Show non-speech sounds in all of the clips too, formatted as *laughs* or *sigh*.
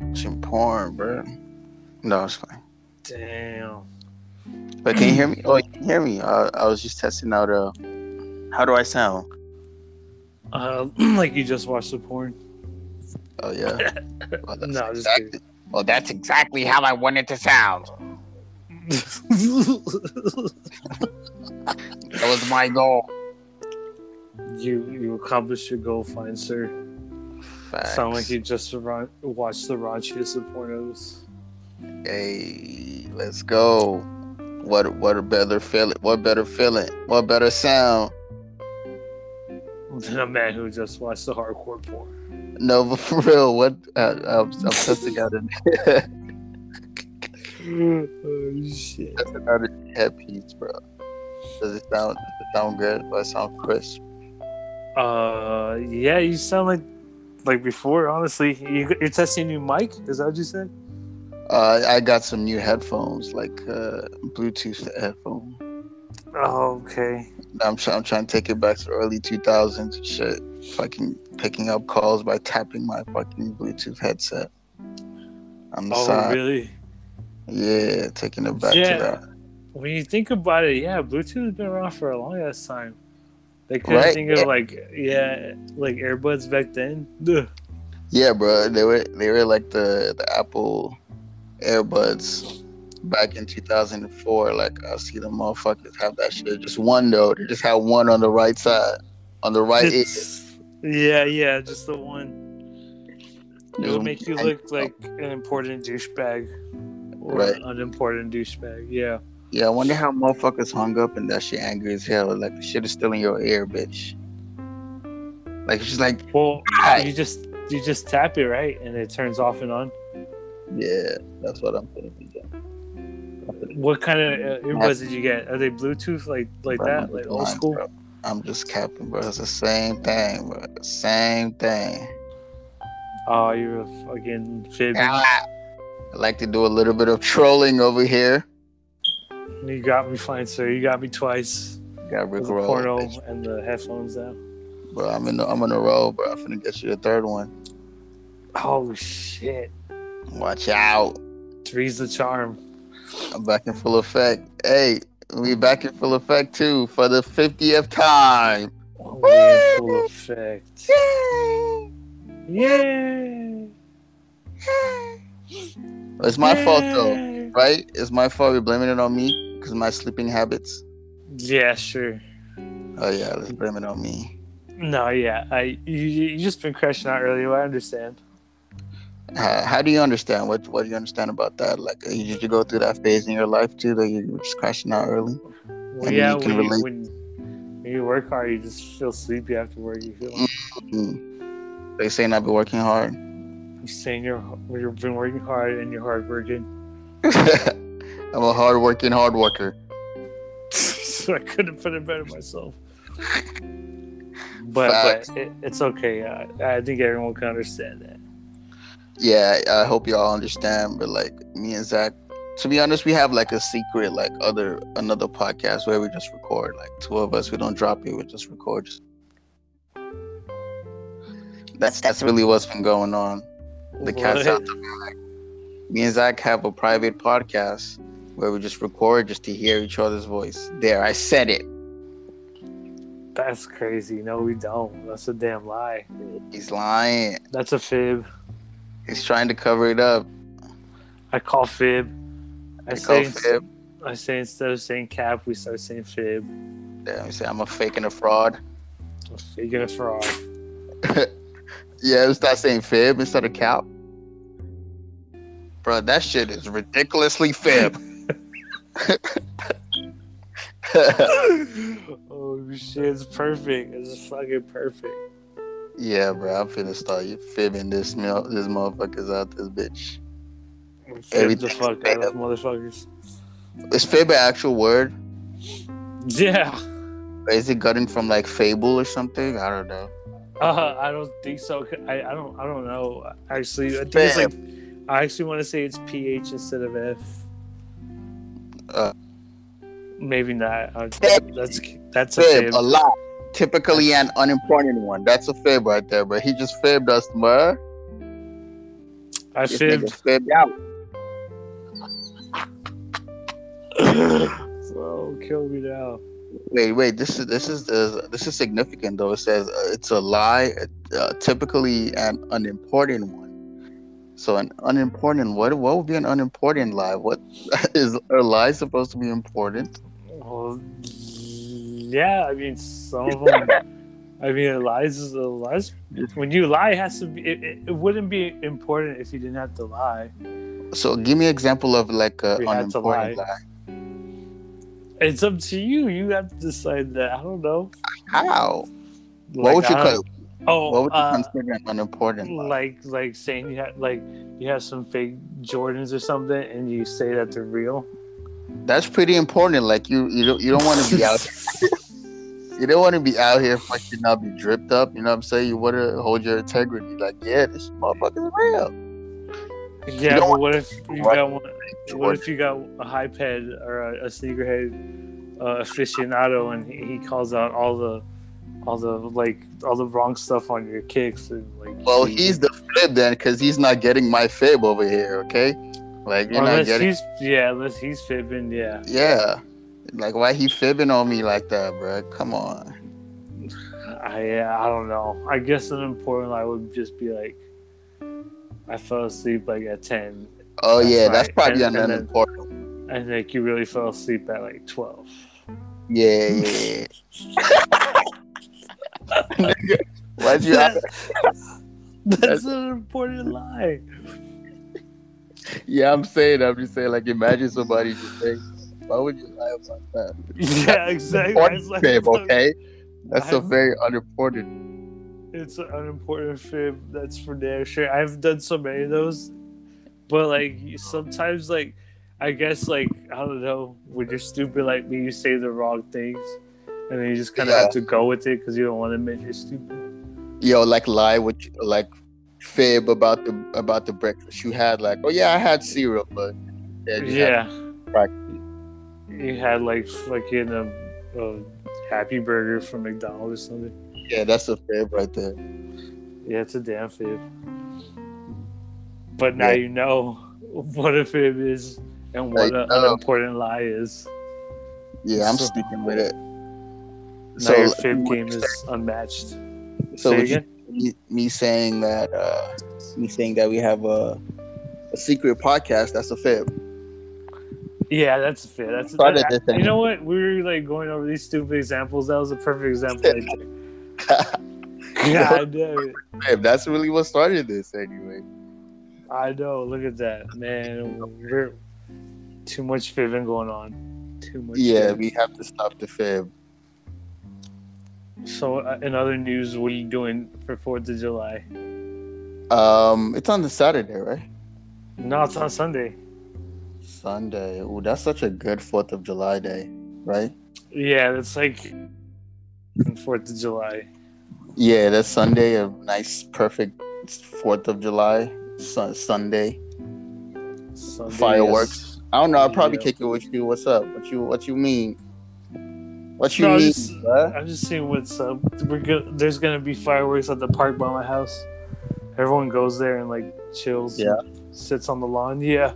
watching porn, bro. No, it's fine. Damn. But can you hear me? Oh, you can hear me. I, I was just testing out. Uh, how do I sound? Uh, *clears throat* like you just watched the porn. Oh yeah. Well, that's No, just exactly, well, that's exactly how I wanted to sound. That was my goal. *laughs* you you accomplished your goal, fine sir. *laughs* Sound like you just ra- watched the raunchiest of pornos. Hey, let's go. What what a better feeling? What better feeling? What better sound? Than a man who just watched the hardcore porn. No, *laughs* but for real, what? Uh, I'm, I'm testing out a *laughs* oh shit. testing out a head piece, bro. Does it sound does it sound good? Does it sound crisp? Uh, yeah, you sound like like before. Honestly, you, you're testing your mic. Is that what you said? Uh, I got some new headphones, like uh, Bluetooth headphone. Oh, okay. I'm try- I'm trying to take it back to the early 2000s and shit. Fucking picking up calls by tapping my fucking Bluetooth headset on the Oh, side. really? Yeah, taking it back Yeah. to that. When you think about it, yeah, Bluetooth has been around for a long ass time. They couldn't Right? think of Yeah. like yeah, like earbuds back then. Ugh. Yeah, bro, they were they were like the the Apple Airbuds back in 2004. Like I see the motherfuckers have that shit. Just one though. They just had one on the right side, on the right. ear. Just It's- yeah, yeah, just the one. It would make you one- look like an important douchebag or Right. an unimportant douchebag. Yeah. Yeah, I wonder how motherfuckers hung up and that shit angry as hell. Like the shit is still in your ear, bitch. Like she's like, Well, Hi. you just you just tap it right, and it turns off and on. yeah, that's what I'm thinking. Bro, What kind of uh, earbuds did you get? Are they Bluetooth like like that, I'm like just old lying, school? bro. I'm just capping, bro. It's the same thing, bro. Same thing. Oh, you're a fucking fib. Ah. I like to do a little bit of trolling over here. You got me fine, sir. You got me twice Got with Rick the roll, porno and the headphones out. bro. I'm in. The, I'm in a roll, bro. I'm finna get you the third one. Oh shit! Watch out. Three's the charm. I'm back in full effect. Hey, we back in full effect too for the 50th time. We're in full effect. Yeah. It's my fault though, right? It's my fault. You're blaming it on me because my sleeping habits. Yeah, sure. Oh yeah, let's blame it on me. No, yeah. I you, you you just been crashing out earlier. I understand. How, how do you understand? What What do you understand about that? Like, uh, did you go through that phase in your life too that you were just crashing out early? Well, mean, yeah, you can when you, relate. when when you work hard, you just feel sleepy after work. You feel like Mm. They saying I've been working hard. *laughs* you're saying you're you've been working hard and you're hard working. I'm a hard working hard worker. *laughs* so I couldn't put it better myself. But, Facts. but it, it's okay. I, I think everyone can understand that. Yeah, I I hope y'all understand. But like me and Zach, to be honest, we have like a secret, like other another podcast where we just record. Like two of us, we don't drop it. We just record. Just... That's that's really what's been going on. The cat's What? out the bag. Me and Zach have a private podcast where we just record just to hear each other's voice. There, I said it. That's crazy. No, we don't. That's a damn lie. He's lying. That's a fib. He's trying to cover it up. I call fib. I Like, say oh, fib. I say instead of saying cap, we start saying fib. Damn, you say I'm a fake and a fraud. Figure *laughs* a fraud. Yeah, we start saying fib instead of cow. Bro, that shit is ridiculously *laughs* fib. oh shit, it's perfect. It's fucking perfect. yeah, bro, I'm finna start you fibbing this mil- this motherfuckers out this bitch. Fib the Everything's fuck out of motherfuckers. Is fib an actual word? Yeah. Or is it gotten from like fable or something? I don't know. Uh, I don't think so. I, I don't I don't know. Actually, I think it's like I actually want to say it's ph instead of f. Uh. Maybe not. I- Fib. That's that's a Fib, fib. a lot. Typically an unimportant one. That's a fib right there, bro. He just fibbed us, bro. I This should. nigga fibbed out. Oh, kill me now. Wait, wait. This is this is the this is significant though. It says uh, it's a lie, uh, typically an unimportant one. So an unimportant what? What would be an unimportant lie? What *laughs* is a lie supposed to be important? Well, yeah, I mean, some of them. *laughs* I mean, it lies is a lies. When you lie, it has to be. It, it, it wouldn't be important if you didn't have to lie. So give me an example of like a We had to unimportant lie. lie. It's up to you. You have to decide that. I don't know. *laughs* How? Like, what would you I call? don't- Oh, What would you uh, consider an unimportant lie? like like saying you have like you have some fake Jordans or something, and you say that they're real. That's pretty important. Like you, you don't, you don't want to be out. You don't want to be out here fucking not be dripped up. You know what I'm saying? You want to hold your integrity. Like, yeah, this motherfucker's real. Yeah, don't but what if you got one? What Jordan. if you got a hype head or a, a sneakerhead uh, aficionado, and he, he calls out all the all the like all the wrong stuff on your kicks and like? Well, he- he's the fib then, because he's not getting my fib over here. Okay, like you're not unless getting. he's yeah, unless he's fibbing, yeah. Yeah, like why he fibbing on me like that, bro? Come on. I yeah, I don't know. I guess an important lie would just be like, I fell asleep like at ten, Oh That's yeah, right. that's probably And- an and then- unimportant. one. and like you really fell asleep at like twelve. Yeah, yeah. yeah. *laughs* Why'd you? *laughs* That- that's an important lie. *laughs* Yeah, I'm saying. I'm just saying. Like, imagine somebody just saying, "Why would you lie about that?" Yeah, exactly. Important It's like- fib, okay? That's a I've- very unimportant. it's an unimportant fib. That's for damn sure. I've done so many of those, but like sometimes, like I guess, like I don't know, when you're stupid like me, you say the wrong things, and then you just kind of Yeah. have to go with it because you don't want to admit you're stupid. Yo, like lie with like fib about the about the breakfast you had. Like, oh yeah, I had cereal, but yeah, just had- Yeah, Right. You had like fucking a, a Happy Burger from McDonald's or something. yeah, that's a fib right there. Yeah, it's a damn fib. But now Yeah. you know *laughs* what a fib is and Like, what an oh. unimportant lie is. Yeah, I'm So- sticking with it. So your fib like, game is unmatched. So Say would you- again? me, me saying that uh me saying that we have a a secret podcast. That's a fib. Yeah, that's a fit. That's Started that- this thing. you know what? We were like going over these stupid examples. That was a perfect example. Right there. *laughs* God damn it. Fib, That's really what started this, anyway. I know. Look at that, man. We're too much fibbing going on. Too much. Yeah, fibbing. we have to stop the fib. So, uh, in other news, what are you doing for Fourth of July? Um, it's on the Saturday, right? No, it's on Sunday. Sunday. Ooh, that's such a good Fourth of July day, right? Yeah, that's like Fourth of July. Yeah, that's Sunday. A nice, perfect Fourth of July sun- Sunday Sunday is- fireworks. I don't know. I'll probably Yeah. kick it with you. What's up? What you? What you mean? What you No, I'm mean? just- bruh? I'm just seeing what's up. We're go- there's gonna be fireworks at the park by my house. Everyone goes there and like chills. Yeah. Sits on the lawn. Yeah.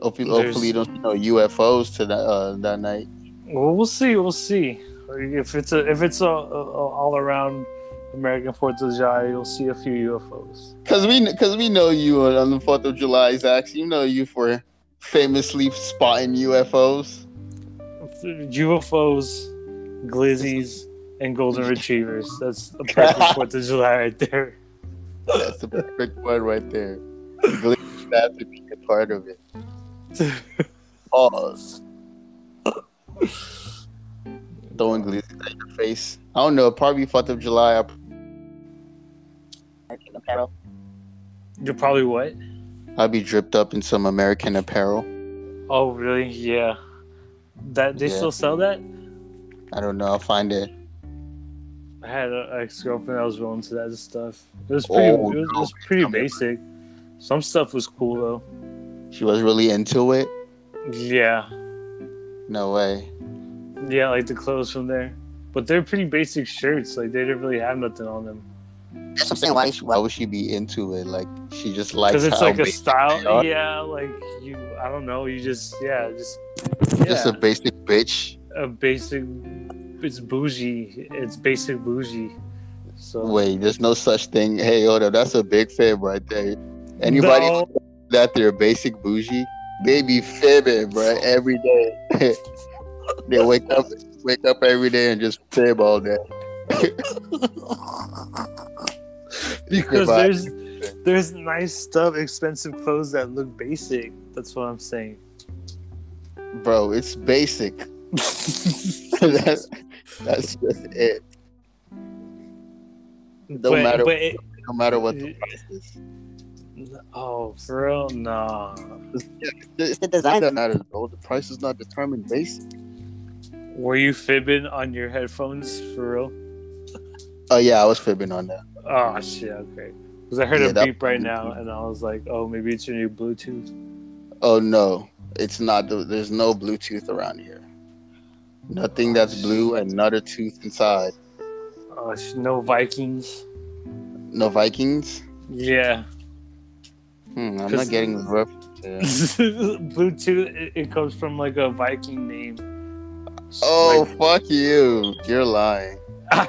Hopefully, there's- hopefully you don't see no UFOs to that uh, that night. Well, we'll see. We'll see. If it's a if it's a, a, a all around American Fourth of July, you'll see a few UFOs. Cause we cause we know you on on the Fourth of July, Zach. You know you for famously spotting UFOs. UFOs, glizzies, and golden retrievers. That's a perfect Fourth of July right there. That's the perfect word right there. Glad to be a part of it. Pause. Throwing glizzies at your face. I don't know. Probably Fourth of July. American apparel. You're probably what? I'll be dripped up in some American apparel. Oh, really? Yeah. That they Yeah. still sell that? I don't know. I'll find it. I had an ex girlfriend that was willing to that stuff. It was pretty. Oh, it, was, it no. was pretty basic. Some stuff was cool though. She was really into it. Yeah, No way. yeah, like the clothes from there. But they're pretty basic shirts. Like they didn't really have nothing on them. That's what I'm saying. Why, is she- why would she be into it? Like she just likes because it's how like a basic they style. are. Yeah, like you. I don't know. You just yeah, just just a yeah, basic bitch. a, basic. It's bougie. It's basic bougie. So Wait, there's no such thing. Hey, Oda, that's a big fib right there. Anybody No. that they're basic bougie, they be fibbing, bro, every day. *laughs* they wake up, wake up every day and just fib all day. *laughs* because Goodbye. there's there's nice stuff, expensive clothes that look basic. That's what I'm saying. bro, it's basic. *laughs* that's, that's just it. but, matter- But it, No matter what the price is, oh, for real, nah. it's the design that matters. Bro. The price is not determined based. Were you fibbing on your headphones for real? Oh yeah, I was fibbing on that. Oh shit, okay. Because I heard Yeah, a that- beep right now, and I was like, oh, maybe it's your new Bluetooth. Oh no, it's not. th- There's no Bluetooth around here. Nothing that's blue and not a tooth inside. Oh, sh- no Vikings. No Vikings. Yeah, *laughs* Hmm, I'm Cause- not getting the reference. here. Bluetooth. It, it comes from like a Viking name. oh fuck you! You're lying. Like,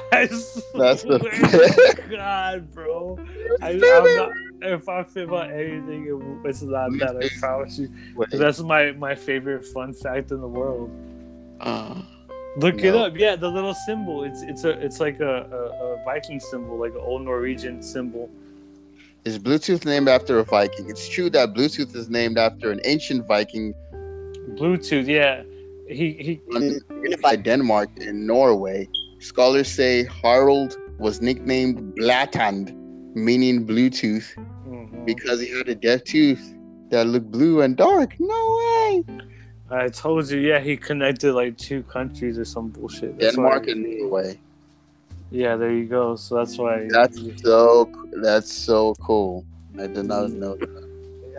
*laughs* I That's the- swear *laughs* to God, bro. I, I'm not, if I fib on anything, it, it's not Me that. I too. promise you. Wait, That's my my favorite fun fact in the world. uh, Look it No. up. Yeah, the little symbol. It's it's a it's like a, a, a Viking symbol, like an old Norwegian symbol. is Bluetooth named after a Viking? It's true that Bluetooth is named after an ancient Viking Bluetooth. Yeah, he he. on unified Denmark and Norway. Scholars say Harald was nicknamed Blatand, meaning Bluetooth, Mhm. because he had a deaf tooth that looked blue and dark. No way! I told you. Yeah, he connected like two countries or some bullshit. That's why- Denmark and Norway. yeah, there you go. So that's why. That's so. That's so cool. I did not know. that.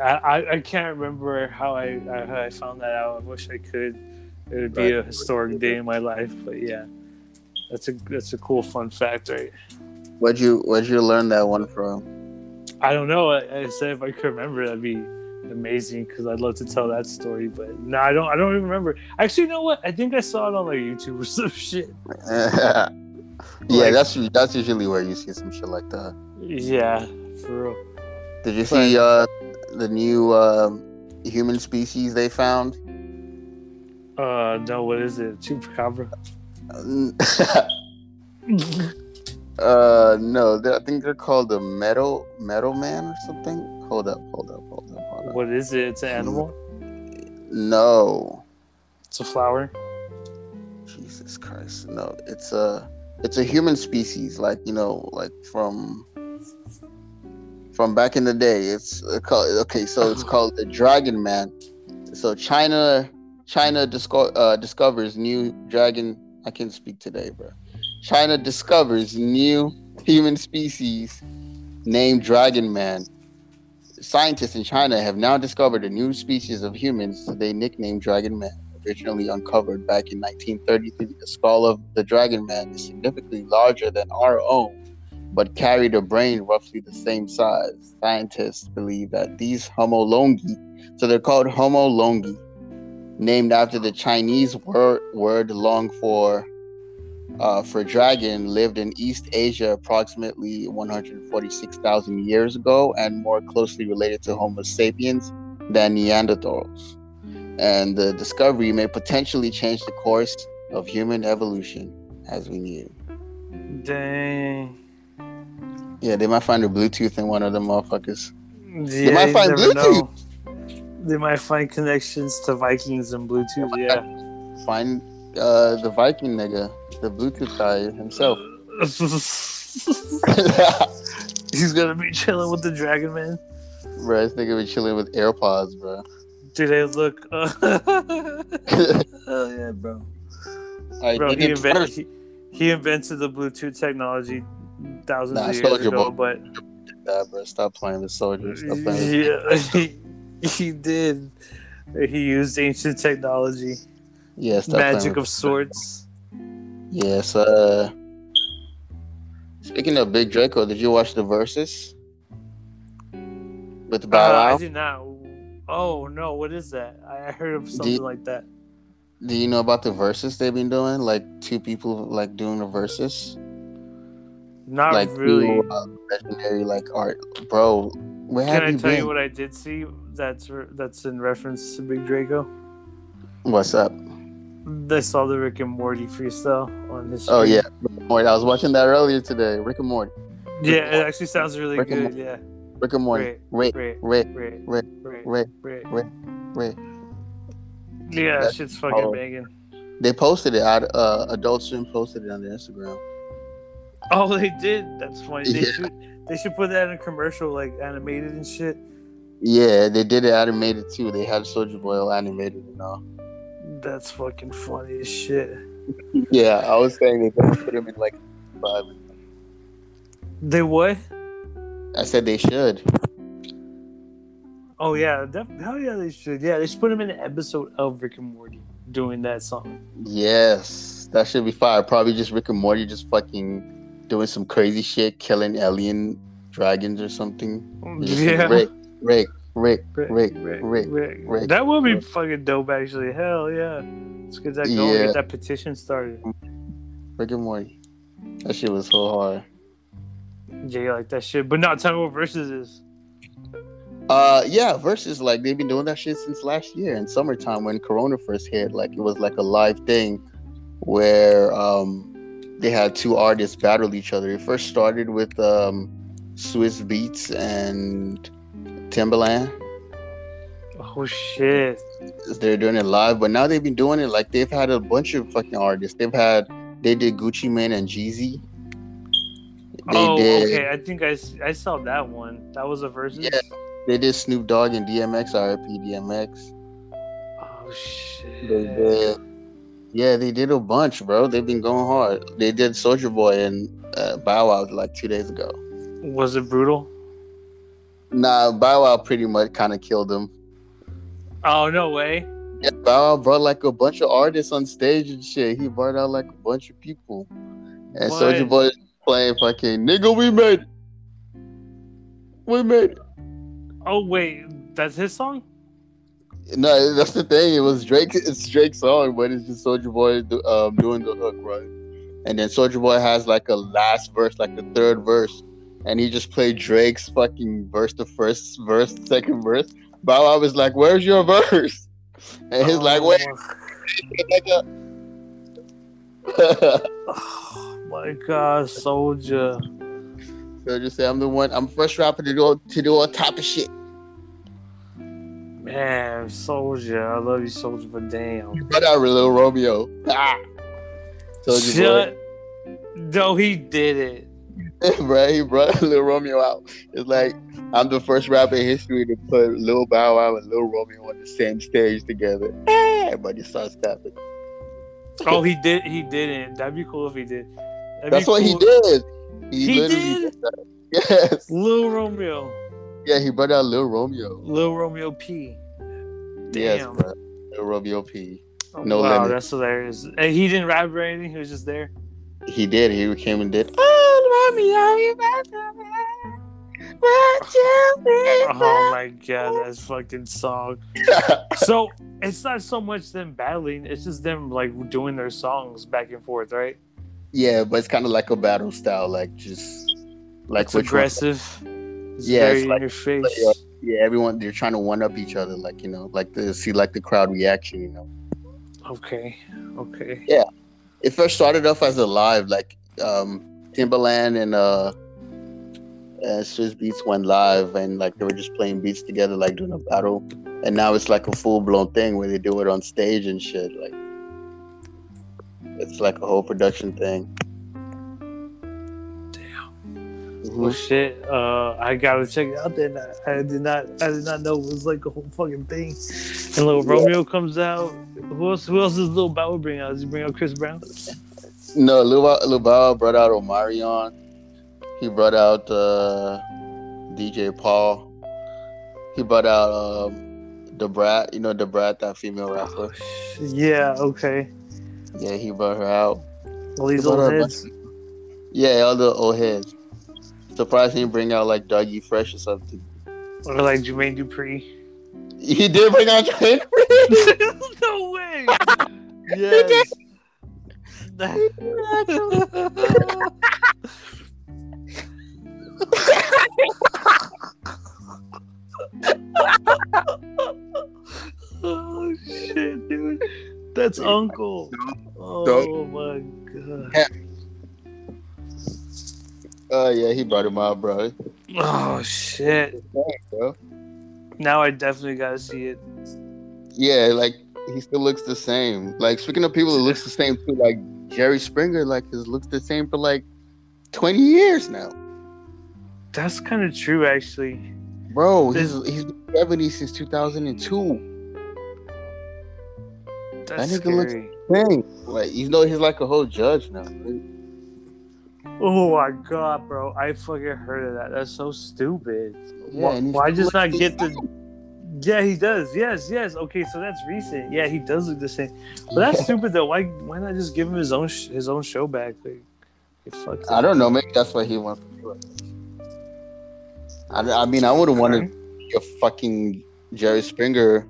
I, I I can't remember how I I- how I found that out. I wish I could. It would be a Right. historic day in my life. But yeah, that's a that's a cool fun fact, right? Where'd you Where'd you learn that one from? I don't know. I, I said if I could remember, that'd be amazing because I'd love to tell that story. But no, I don't. I don't even remember. Actually, you know what? I think I saw it on like YouTube or *laughs* some shit. *laughs* yeah, Like- that's that's usually where you see some shit like that. Yeah, for real. Did you see uh, the new um human species they found? *laughs* Uh, no, what is it? Chupacabra. uh, no, they're- I think they're called the metal metal man or something. Hold up, hold up, hold up, hold up. what is it? It's an animal. No, It's a flower. Jesus Christ, no. It's a it's a human species, like you know, like from from back in the day. It's uh, called okay, so it's called the dragon man. So China China disco- uh, discovers new dragon. I can speak today, bro. China discovers new human species named Dragon Man. Scientists in China have now discovered a new species of humans they nicknamed Dragon Man, originally uncovered back in 1933. The skull of the Dragon Man is significantly larger than our own, but carried a brain roughly the same size. Scientists believe that these Homo longi, so they're called Homo longi, named after the Chinese word, word long for uh, for dragon lived in East Asia approximately 146,000 years ago and more closely related to Homo sapiens than Neanderthals. And the discovery may potentially change the course of human evolution as we knew. Dang. Yeah, they might find a Bluetooth in one of them motherfuckers. Yeah, might you find never Bluetooth. know. They might find connections to Vikings and Bluetooth. Yeah. Find uh, the Viking nigga, the Bluetooth guy himself. *laughs* *laughs* He's gonna be chilling with the Dragon Man. bro, this nigga be chilling with AirPods, bro. Do they look? *laughs* Uh, *laughs* hell yeah, bro. I Bro, think he, it's invent, he, he invented the Bluetooth technology thousands Nah, of years Soulja ago, Boy. but that, uh, bro. Stop playing with soldiers. Stop playing with yeah, he, *laughs* he did. He used ancient technology, Yes, magic of sorts. Yes, uh, Speaking of Big Draco, did you watch the verses with Bow Uh, Wow? I did not. Oh no, what is that? I I heard of something Did- like that. Do you know about the verses they've been doing? Like two people like doing the verses, Not like two, really. uh, legendary like art, bro. Where Can have I you tell been? you what I did see? That's re- that's in reference to Big Draco. What's up? I saw the Rick and Morty freestyle on his. Oh stream. yeah, Rick and Morty. I was watching that earlier today. Rick and Morty. yeah. It actually sounds really Rick and good. Yeah, Rick and Morty. Rick. Rick. great, Rick. great, Rick. great, Rick. great. Rick. Yeah, that That's shit's fucking all. banging. They posted it. I, uh, Adult Swim posted it on their Instagram. *laughs* Oh, they did. That's funny. They Yeah. should they should put that in a commercial, like animated and shit. Yeah, they did it animated too. They had Soldier Boy animated and all. That's fucking funny as shit. Yeah, I was saying they could put him in like five. They what? I said they should. Oh yeah, def- hell yeah, they should. Yeah, they should put him in an episode of Rick and Morty doing that song. Yes, that should be fire. Probably just Rick and Morty just fucking doing some crazy shit, killing alien dragons or something. Just yeah, Rick, Rick, Rick, Rick, Rick, Rick, Rick, Rick. Rick, That would be Rick. fucking dope, actually. Hell yeah, let's get that going. Yeah. Get that petition started. Rick and Morty. That shit was so hard. Yeah, you like that shit. But not tell me what verses is. Uh, yeah, versus like they've been doing that shit since last year in summertime when Corona first hit. Like it was like a live thing where um they had two artists battle each other. It first started with um Swiss Beats and Timbaland. Oh shit. They're doing it live, but now they've been doing it like they've had a bunch of fucking artists. They've had they did Gucci Mane and Jeezy. They oh did okay, I think I, s- I saw that one. That was a versus. Yeah. they did Snoop Dogg and DMX, RIP DMX. Oh shit. They did. Yeah, they did a bunch, bro. They've been going hard. They did Soldier Boy and uh, Bow Wow like two days ago. Was it brutal? Nah, Bow Wow pretty much kind of killed them. Oh no way. Yeah, Bow Wow brought like a bunch of artists on stage and shit. He brought out like a bunch of people, and What? Soldier Boy playing fucking nigga. We made, it. we made. it." Oh wait, that's his song. No, that's the thing. It was Drake. It's Drake's song, but it's just Soldier Boy do- um, doing the hook, right? And then Soldier Boy has like a last verse, like the third verse, and he just played Drake's fucking verse, the first verse, second verse. Bow Wow was like, "Where's your verse?" *laughs* And he's like, Oh. "Wait." *laughs* nigga." Oh *sighs* my god, soldier. so just say, "I'm the one. I'm first rapper to do all, to do all type of shit." Man, soldier. I love you, soldier, but damn. But out little Romeo. Ah. Soldier Boy. Shut. No, he did it. *laughs* right? He brought Lil Romeo out. It's like I'm the first rapper in history to put Lil Bow Wow and Lil Romeo on the same stage together. Everybody starts clapping. Oh, he did. He didn't. That'd be cool if he did. That'd That's be what he cool. did. He literally did. that. *laughs* Yes. Lil Romeo. Yeah, he brought out Lil Romeo. Lil Romeo P. Yes, Damn. bro. Lil Romeo P. Oh, No wow, limit. that's hilarious. And he didn't rap or anything. He was just there. He did. He came and did. Oh, Romeo, you about to run. What you think *laughs* Oh my god, that's fucking song. *laughs* about- So it's not so much them battling. It's just them like doing their songs back and forth, right? Yeah, but it's kind of like a battle style, like just like it's which one- aggressive. It's Yeah, very it's in like- your face. like, yeah, everyone they're trying to one up each other, like you know, like to see like the crowd reaction. You know, okay, okay. it first started off as a live, like um, Timbaland and uh, uh, Swiss Beats went live, and like they were just playing beats together, like doing a battle. And now it's like a full blown thing where they do it on stage and shit. Like it's like a whole production thing. Damn. Well, Oh, shit. Uh, I gotta check it out. Then I, I did not. I did not know it was like a whole fucking thing. And little Yeah. Romeo comes out. Who else? Who else does Lil Bow bring out? Does he bring out Chris Brown? No, Luba Lubao brought out Omarion. He brought out uh, DJ Paul. He brought out um, the brat. You know the brat, that female rapper. Yeah. Okay. Yeah, he brought her out. All these He brought out old a heads. bunch- Yeah, all the old heads. Surprised he didn't bring out like Dougie Fresh or something. *laughs* Or like Jermaine Dupree. He did bring out Jermaine Dupri. *laughs* no way. yes. oh shit, dude. That's Dude, Uncle. Oh don't- my god. Oh yeah, he brought him out, bro. Oh shit. bro. Now I definitely gotta see it. Yeah, like he still looks the same. Like speaking of people who looks the same too, like Jerry Springer, like has looked the same for like twenty years now. That's kind of true, actually. Bro, he's he's been seventy since two thousand and two. That's nigga looks- scary. Dang. Like you know he's like a whole judge now. Oh my god, bro! I fucking heard of that. That's so stupid. why, and he's why just still not looking get the? Yeah, he does. Yes, yes. Okay, so that's recent. Yeah, he does look the same. But that's stupid though. Why? Why not just give him his own sh- his own show back? Like, it fucks I don't know. Maybe that's what he wants. to do. I, I mean, I wouldn't want to be a fucking Jerry Springer,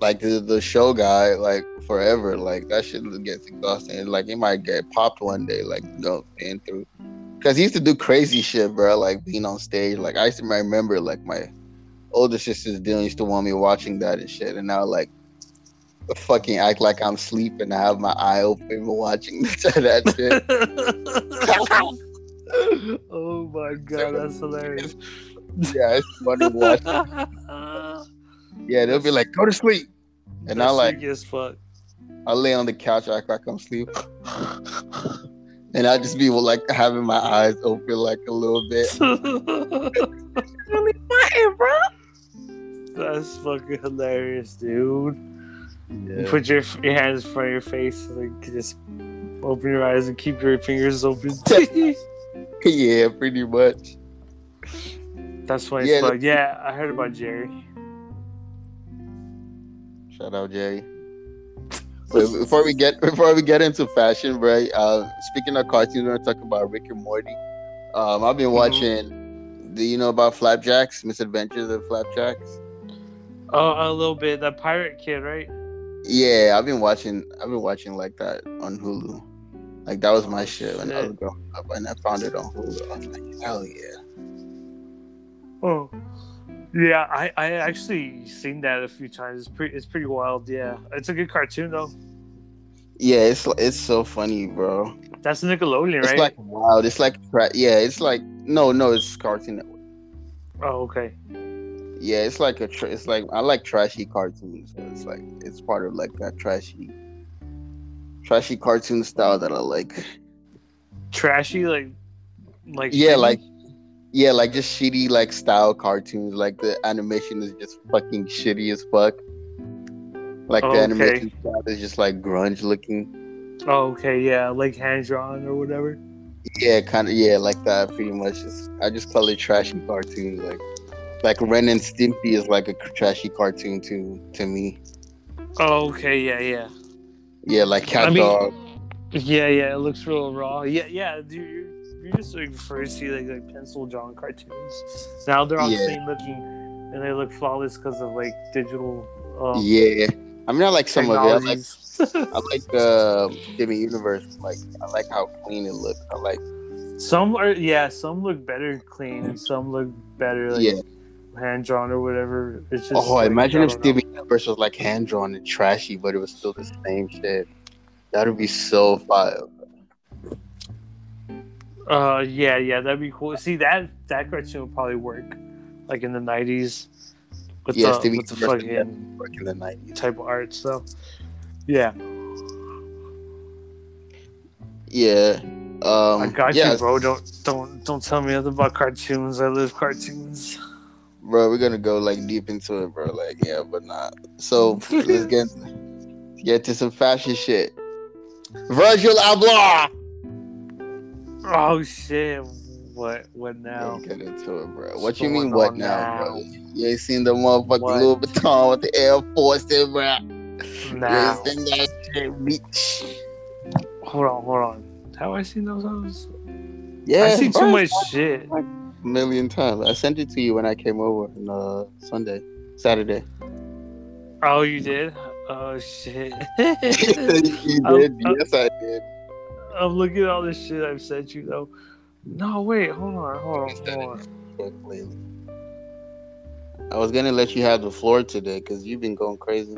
like the, the show guy, like forever. Like that shit gets exhausting. Like he might get popped one day. Like go in through, because he used to do crazy shit, bro. Like being on stage. Like I used to remember, like my older sisters Dylan used to want me watching that and shit. And now like. Fucking act like I'm sleeping. I have my eye open watching *laughs* that shit. *laughs* oh my god, that's *laughs* hilarious. Yeah, it's fun to *laughs* watch. Yeah, they'll be like, go to sleep. And I That's like- freaky as fuck. I lay on the couch, act like I'm asleep. *laughs* and I just be like having my eyes open like a little bit. *laughs* That's fucking hilarious, dude. Yeah. Put your, f- your hands in front of your face, like just open your eyes and keep your *laughs* fingers open. *laughs* yeah, pretty much. That's why Yeah, it's like, yeah, I heard about Jerry. Shout out Jerry. But before we get before we get into fashion, right? Uh, speaking of cartoons, we're gonna talk about Rick and Morty. Um, I've been Mhm. watching. Do you know about Flapjacks? Misadventures of Flapjacks? Oh, a little bit. That pirate kid, right? Yeah, I've been watching. I've been watching like that on Hulu. Like that was my shit when I was growing up, and I found it on Hulu. I was like, hell yeah! Oh. Yeah, I, I actually seen that a few times. It's pretty, it's pretty wild. Yeah, it's a good cartoon though. Yeah, it's it's so funny, bro. That's Nickelodeon, It's right? like wild. It's like cra- yeah, it's like no, no, it's Cartoon Network. oh, okay. Yeah, it's like a tr it's like I like trashy cartoons. So it's like it's part of like that trashy, trashy cartoon style that I like. Trashy, like, like Yeah, shitty? like yeah, like just shitty like style cartoons. Like the animation is just fucking shitty as fuck. Like Okay. the animation style is just like grunge looking. Oh, okay, yeah, like hand drawn or whatever. Yeah, kind of. Yeah, like that. Pretty much. It's, I just call it trashy cartoons. Like like Ren and Stimpy is like a trashy cartoon to to me. Oh, okay, yeah, yeah, Yeah, like Cat I mean- Dog. yeah, yeah. It looks real raw. Yeah, yeah, dude. You're, you're just like first see like, like pencil drawn cartoons. Now they're all Yeah. clean looking, and they look flawless because of like digital. Um, Yeah, I mean I like some of it. I like technologies. *laughs* I like uh, Jimmy Universe. Like I like how clean it looks. I like some are yeah, some look better clean, and some look better like Yeah. hand drawn or whatever. It's just Oh, like, imagine I if don't know. Steven Universe was like hand drawn and trashy, but it was still the same shit. That would be so fire. Uh, yeah, yeah, that'd be cool. See that that cartoon would probably work, like in the nineties, with Yeah, the Stevie with the Universe fucking Back in the nineties. type of art. So, yeah, Yeah. Um, I got yeah, you, bro. Don't don't don't tell me nothing about cartoons. I love cartoons. bro. We're gonna go like deep into it, bro. Like, yeah, but not. So let's get get to some fashion shit. Virgil Abloh. Oh shit! What what now? Let's get into it, bro. What So you mean, we're what on now, now. bro? You ain't seen the motherfucking What? Louis Vuitton with the Air Force, in, bro. Now, You ain't seen that shit, bitch. hold on, hold on. Have I seen those hoes? Yeah, I see too bro. much shit. A million times. I sent it to you when I came over on uh, Sunday, Saturday. *laughs* Oh, you did? *laughs* Oh shit! you did? Um, uh, yes, I did. I'm looking at all this shit I've sent you though. No, wait, hold on, hold on, hold on. Quickly. I was gonna let you have the floor today because you've been going crazy.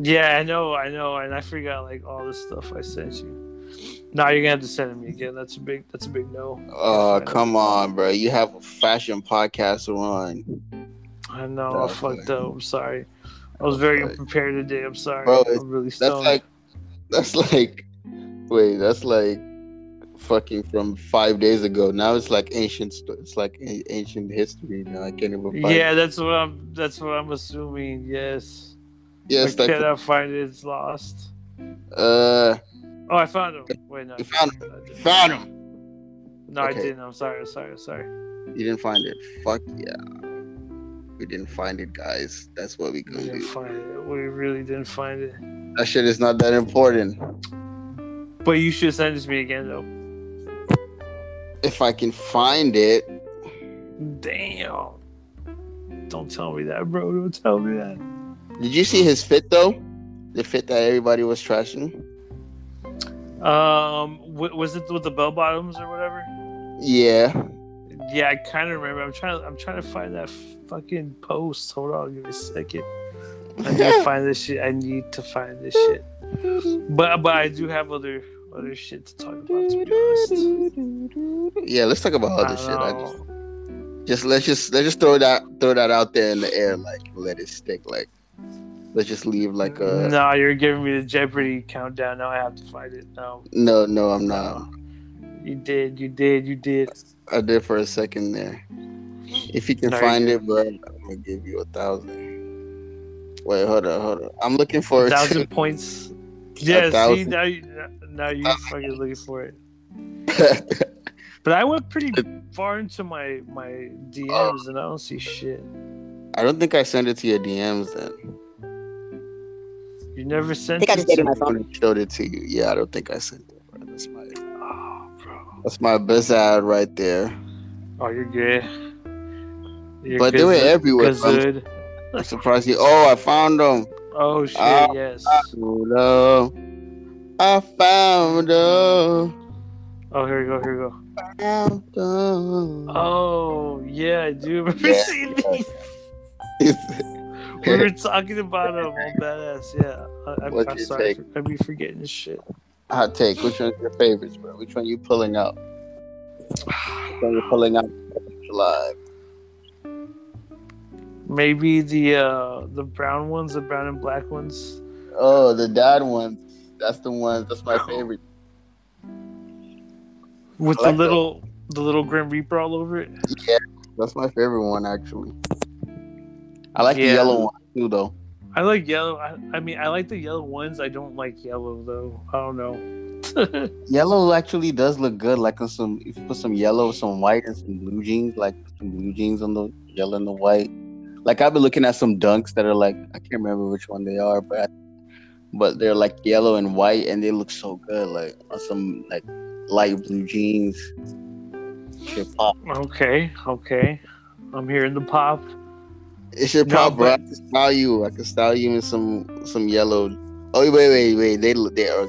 Yeah, I know, I know, and I forgot like all the stuff I sent you. Now you're gonna have to send it me again. That's a big, that's a big no. Oh, That's fine. come on, bro. You have a fashion podcast on. I know, I That's fucked fine. up. I'm sorry. I was very That's fine. unprepared today. I'm sorry. Bro, it's- I'm really That's stoned. like, that's like, wait, that's like fucking from five days ago. Now it's like ancient, sto- it's like a- ancient history now. I can't even find yeah, that's what I'm. That's what I'm assuming. Yes. yeah, it's I like, cannot find it. It's lost. uh, Oh, I found him. Wait, no. I You found didn't. I didn't. found him. No, Okay. I didn't. I'm sorry. I'm sorry. I'm sorry. You didn't find it. Fuck yeah. We didn't find it, guys. That's what we We gonna didn't do. find it. We really didn't find it. That shit is not that important. But you should send it to me again, though. If I can find it, Damn. Don't tell me that, bro. Don't tell me that. did you see his fit though? The fit that everybody was trashing. Um, w- was it with the bell bottoms or whatever? Yeah. Yeah, I kind of remember. I'm trying. I'm trying to find that fucking post. Hold on, give me a second. I *laughs* need to find this shit. I need to find this shit. But but I do have other other shit to talk about. To be honest, yeah, let's talk about I other don't shit. I know. just, just let's just let's just throw that throw that out there in the air, like let it stick. Like let's just leave like uh, a no, you're giving me the Jeopardy countdown. Now I have to find it. No, no, no, I'm not. you did, you did, you did. I did for a second there. If you can No, you find it, bro, I'm gonna give you a thousand. Wait, hold on, hold on. I'm looking for A it. *laughs* thousand points. Yeah, see thousand. Uh, now you now you fucking looking for it. But I went pretty far into my Uh, my DMs and I don't see shit. I don't think I sent it to your DMs then. You never I sent. think I just it gave you to my me. phone. I showed it to you. Yeah, I don't think I sent it. Bro. That's my Oh, bro. that's my best ad right there. Oh, you're good. You're But they were good. everywhere, bro. Good. I'm surprised you. Oh, I found them. Oh shit! Ah, yes. Hello. I found them. Oh, here we go. Here we go. Found them. *laughs* Oh yeah, I do *laughs* remember Yeah, seeing yeah. these. We *laughs* were talking about um, old badass. Yeah, I, I, What's I'm your sorry. take? I'd be forgetting shit. Hot take. Which one's your favorites, bro? Which one you pulling out? Which one you pulling out? in July. Maybe the uh the brown ones, the brown and black ones. Oh, the dad ones. That's the ones. That's my favorite. with I like that. the little the little grim reaper all over it Yeah, that's my favorite one actually. I like the Yeah. yellow one too, though. i like yellow I, I mean i like the yellow ones i don't like yellow though i don't know Yellow actually does look good. Like on some, if you put some yellow, some white, and some blue jeans, like some blue jeans on the yellow and the white. Like I've been looking at some dunks that are like I can't remember which one they are, but but they're like yellow and white, and they look so good. Like on some like light blue jeans. Should pop. okay okay i'm hearing the pop It should No, pop, bro. I but- can style you. I can style you in some some yellow. Oh wait, wait, wait. They look- they are.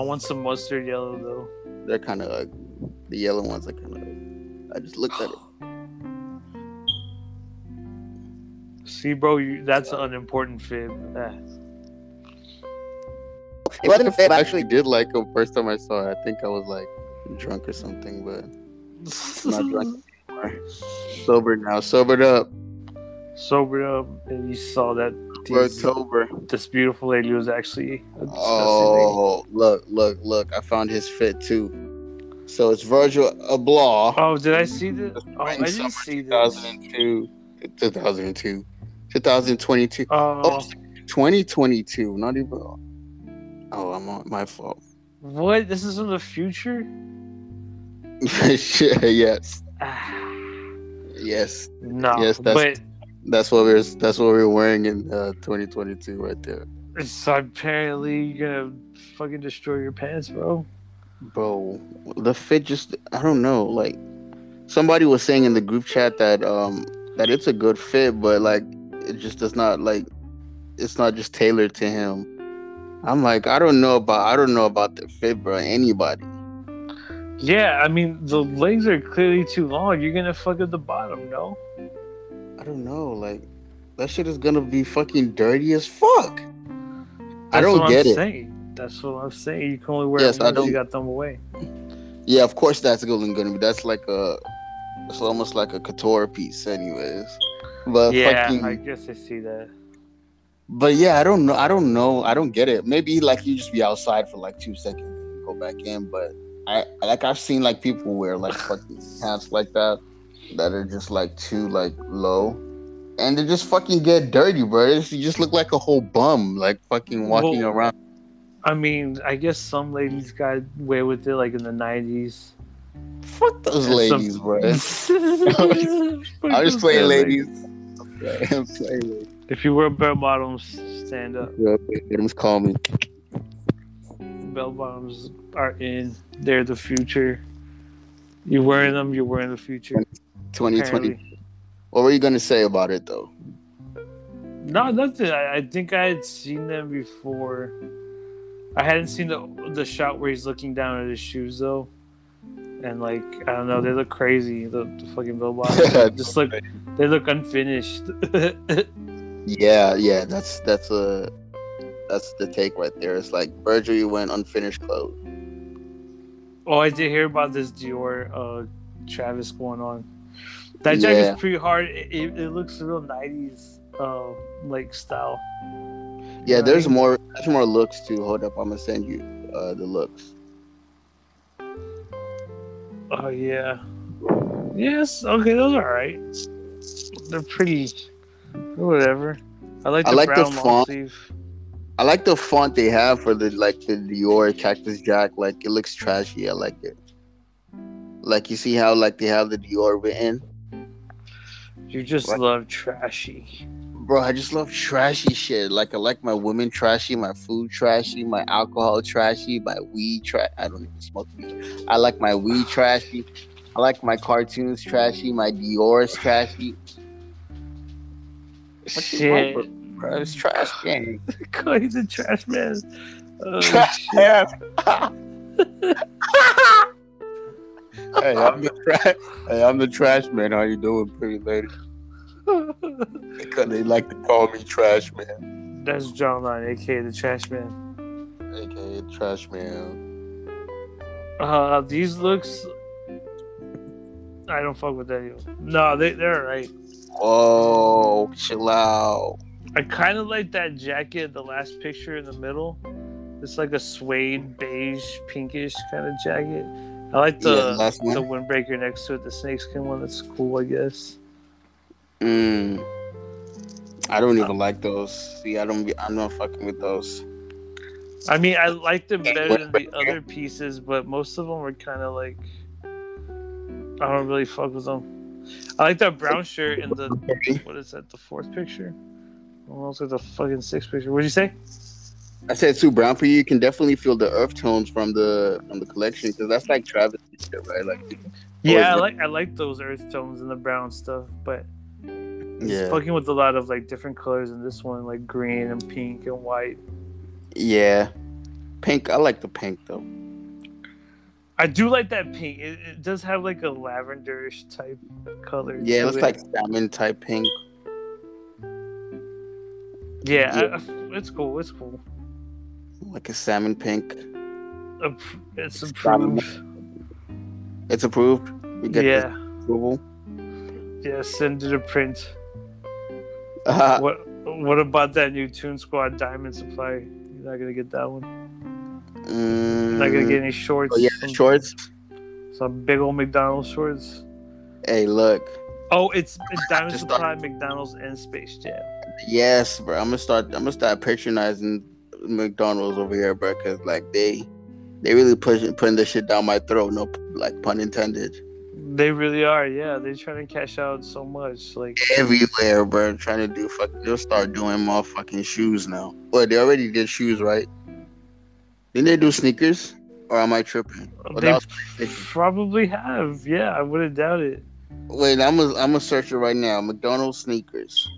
i want some mustard yellow though They're kind of ugly. The yellow ones are kind of ugly. I just looked at it. see bro you, that's an unimportant fib *laughs* Eh. It wasn't a fit, I but actually did like him first time I saw it. I think I was like drunk or something, but Not drunk. sober now. Sobered up. sobered up and you saw that We're these, sober. this beautiful lady was actually a disgusting lady. Oh, look, look, look. I found his fit too. So it's Virgil Abloh. oh did i see this oh i Spring, summer, didn't see this 2002. 2002. 2022. oh Oh, 2022. Not even. Oh, I'm on my fault. *laughs* what this is from the future Shit, yes. Ah, Yes. no, Yes, that's- but That's what we are that's what we are wearing in uh, 2022 right there. So apparently you're gonna fucking destroy your pants, bro. bro the fit just i don't know like somebody was saying in the group chat that um that it's a good fit but like it just does not like it's not just tailored to him i'm like i don't know about i don't know about the fit bro anybody Yeah, I mean the legs are clearly too long. You're gonna fuck up the bottom, no? i don't know like that shit is gonna be fucking dirty as fuck i That's don't what get I'm it Saying. That's what I'm saying. You can only wear Yes, yes, I once. don't- You got them away. yeah of course that's going gonna be that's like a it's almost like a couture piece anyways but yeah, fucking, I guess I see that. But yeah, I don't know. I don't know. I don't get it. Maybe like you just be outside for like two seconds and go back in. But I like I've seen like people wear *sighs* like fucking pants like that that are just like too like low, and they just fucking get dirty, bro. It's- You just look like a whole bum, like fucking walking Well- around. I mean, I guess some ladies got away with it, like in the '90s. Fuck those Some- ladies, *laughs* bro. I'm just playing, ladies. *laughs* I'm playing, ladies. If you wear bell bottoms, stand up. Bro, they just call me. Bell bottoms are in. They're the future. You're wearing them. You're wearing the future. 2020. apparently. What were you gonna say about it though? No, nothing. I, I think I had seen them before. I hadn't seen the the shot where he's looking down at his shoes though, and like I don't know, they look crazy. The, the fucking *laughs* bell bottoms just look. They look unfinished. *laughs* Yeah, yeah, that's that's a that's the take right there. It's like Virgil went unfinished clothes. Oh, I did hear about this Dior uh, Travis going on. That jacket's Yeah. pretty hard. It, it, it looks real nineties uh, like style. Yeah, Right. there's more there's more looks too. Hold up, I'm gonna send you uh, the looks. Oh yeah. Yes. Okay, those are alright. They're pretty. Whatever. I like I the like the brown long font. sleeve. I like the font they have for the like the Dior Cactus Jack. Like it looks trashy. I like it. Like you see how like they have the Dior written, You just What? love trashy. bro. I just love trashy shit. Like I like my women trashy, my food trashy, my alcohol trashy, my weed trash. I don't even smoke weed. I like my weed trashy. I like my cartoons trashy, my Dior's trashy. What you want, Shit. Bro, it's trash gang. *laughs* Call you the *laughs* trash man. Oh, Trash shit. man. *laughs* hey, I'm the trash. Hey, I'm the trash man. How you doing, pretty lady? Uh, *laughs* Because they like to call me trash man, That's John Line, aka the trash man. aka trash man. Uh, these looks. I don't fuck with any of them. No, they they're right. Whoa, chill out. I kind of like that jacket. The last picture in the middle. It's like a suede, beige, pinkish kind of jacket. I like the Yeah, last one. the windbreaker next to it, the snakeskin one. That's cool, I guess. Mm. I don't Uh, even like those. See, I don't. Be, I'm not fucking with those. I mean, I like them Yeah, better than the windbreaker. other pieces, but most of them are kind of like. I don't really fuck with them. I like that brown shirt in the what is that? The fourth picture? Almost like the fucking sixth picture. What'd you say? I said Sue Brown for you. You can definitely feel the earth tones from the from the collection because that's like Travis, and shit, right? Like, Yeah, I yeah. like I like those earth tones and the brown stuff, but it's yeah, fucking with a lot of like different colors in this one, like green and pink and white. yeah. Pink. I like the pink though. I do like that pink. It, it does have like a lavenderish type color. Yeah, to it looks it. like salmon type pink. yeah. yeah, I- it's cool. It's cool. Like a salmon pink. Appro- It's Salmon. approved. It's approved. We get this Yeah, approval. *laughs* yeah. Send it a print. Uh, what What about that new Tune Squad Diamond Supply? You're not gonna get that one. You're not gonna mm, get any shorts. oh yeah, the from- shorts. Some big old McDonald's shorts. Hey, look. *laughs* Oh, it's it's Diamond Just Supply, McDonald's, and Space Jam. Yes, bro. I'm gonna start. I'm gonna start patronizing McDonald's over here, bro. Cause like they, they really pushing putting this shit down my throat. No, like pun intended. They really are, yeah. They're trying to cash out so much. Like everywhere, bro. Trying to do fuck. They'll start doing motherfucking shoes now. Well, they already did shoes, right? Didn't they do sneakers? Or am I tripping? Well, they that was PlayStation. probably have, yeah. I wouldn't doubt it. Wait, I'm gonna I'm gonna search it right now. McDonald's sneakers.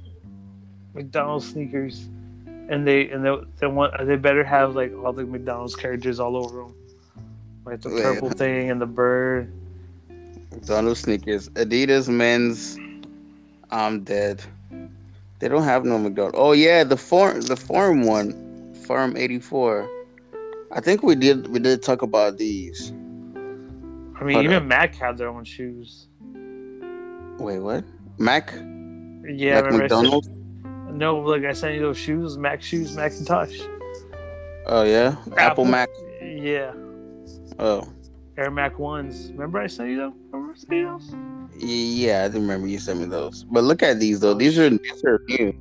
McDonald's sneakers, and they and they, they want they better have like all the McDonald's characters all over them, like the Yeah. purple thing and the bird. McDonald's sneakers. Adidas men's. I'm dead. They don't have no McDonald's. Oh yeah, the form the form one, form eighty four. I think we did we did talk about these. I mean, Hold even Mac had their own shoes. Wait, what? Mac? Yeah, Mac remember I said- McDonald's? no, look, I sent you those shoes, Mac shoes, Macintosh. Oh yeah, Apple, Apple. Mac. Yeah, Oh Air Mac ones. Remember I sent you them? Remember I sent you those? yeah, I didn't remember you sent me those. But look at these though. These are these are new.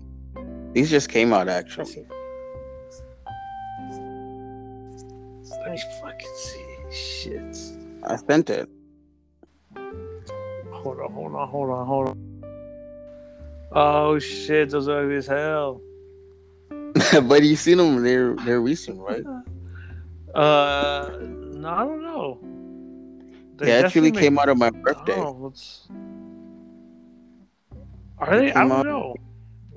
These just came out actually. Let me fucking see. Shit. I sent it. *laughs* Hold on, hold on, hold on, hold on. Oh shit, those are ugly as hell. but you seen them? They're they're recent, right? Uh, no, I don't know. Oh, They, actually came out of my birthday. Are They they? I came out- don't know.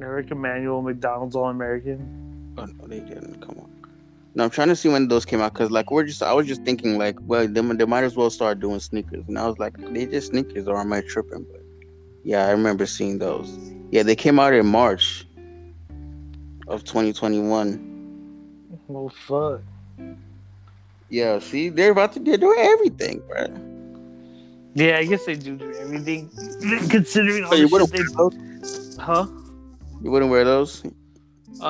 Eric Emanuel, McDonald's All American. Oh no, they didn't. Come on. No, I'm trying to see when those came out because like we're just I was just thinking like, well, they, they might as well start doing sneakers, and I was like, they just sneakers, or am I tripping? But yeah, I remember seeing those. Yeah, they came out in March of 2021. Well, fuck. Yeah, see, they're about to they're doing everything, bro. Yeah, I guess they do do everything. *laughs* Considering all So you the shit wouldn't they wear those? huh? You wouldn't wear those? Um,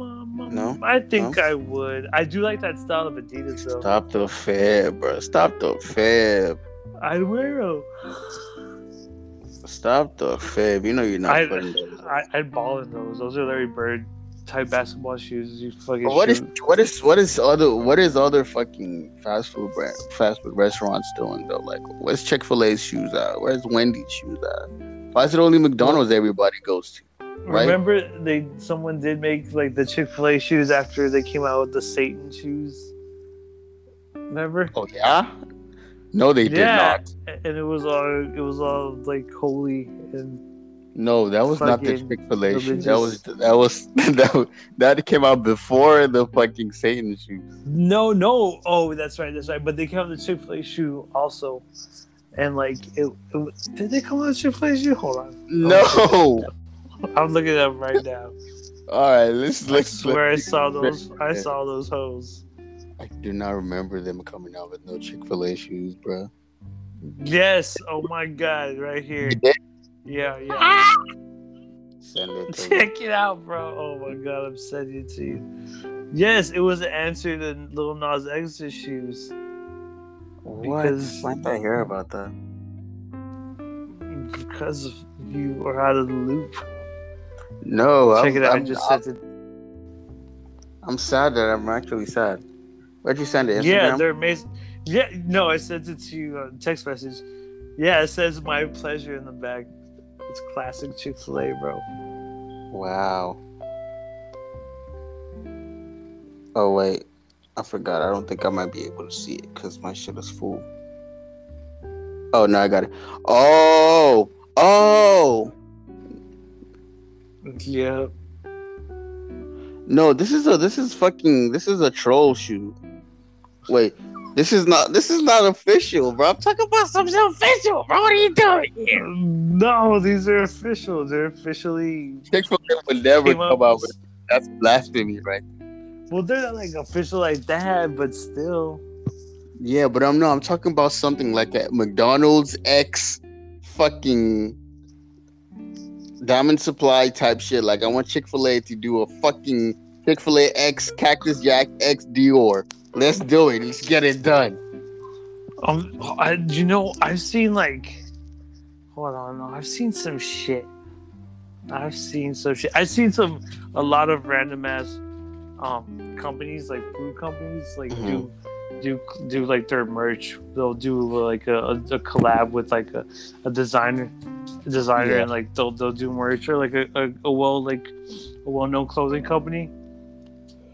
um, No? I think I would. I do like that style of Adidas though. Stop the fib, bro. Stop the fib. I'd wear them. Stop the fib. You know you're not. I, putting those on. I I'd ball in those. Those are Larry Bird type basketball shoes. You fucking But what is shoot. what is what is other what is other fucking fast food brand fast food restaurants doing though? Like, where's Chick Fil A's shoes at? Where's Wendy's shoes at? Why is it only McDonald's everybody goes to? right? Remember they someone did make like the Chick Fil A shoes after they came out with the Satan shoes. Remember? Oh yeah, no, they did Yeah. not. And it was all it was all like holy and No, that was not the Fucking Chick Fil A shoes. That was religious. that was *laughs* that was- that came out before the fucking Satan shoes. no no oh that's right that's right but they came out with the Chick Fil A shoe also. And like, it, it- did they come out with Chick Fil A shoe? Hold on, No, all I'm looking at them *laughs* right now. right, let's I let's. swear I let's- saw those. I Yeah. saw those hoes. I do not remember them coming out with no Chick Fil A shoes, bro. Yes. Oh my god, right here. Yeah, yeah. Ah, Send it. to me. *laughs* Check it out, bro. Oh my god, I'm sending it to you. Yes, it was an answer to Lil Nas X's shoes. What? Because, Why did I hear about that? because of you were out of the loop. No, Check I'm, it out. i I'm, just I'm, sent it. I'm sad that I'm actually sad. Where'd you send it? Yeah, Instagram? they're amazing. Yeah, no, I sent it to you on text message. Yeah, it says my pleasure in the back. It's classic Chick fil A, bro. Wow. Oh wait, I forgot. I don't think I might be able to see it because my shit is full. Oh no, I got it. Oh, oh Yeah. no! This is a this is fucking this is a troll shoot. Wait, this is not this is not official, bro. I'm talking about something official, bro. What are you doing here? No, these are official. They're officially Chick Fil A would never came come out with that's blasphemy, right? Well, they're not like official like that, but still. Yeah, but I'm no, I'm talking about something like that. McDonald's X, fucking Diamond Supply type shit. Like I want Chick Fil A to do a fucking Chick Fil A X Cactus Jack X Dior. Let's do it. Let's get it done. Um, I, you know, I've seen like, hold on, no, I've seen some shit. I've seen some shit. I've seen some a lot of random ass um companies like food companies like do do do like their merch. They'll do like a, a, a collab with like a, a designer, a designer, Yeah. and like they'll they'll do merch or like a, a, a well like a well known clothing company.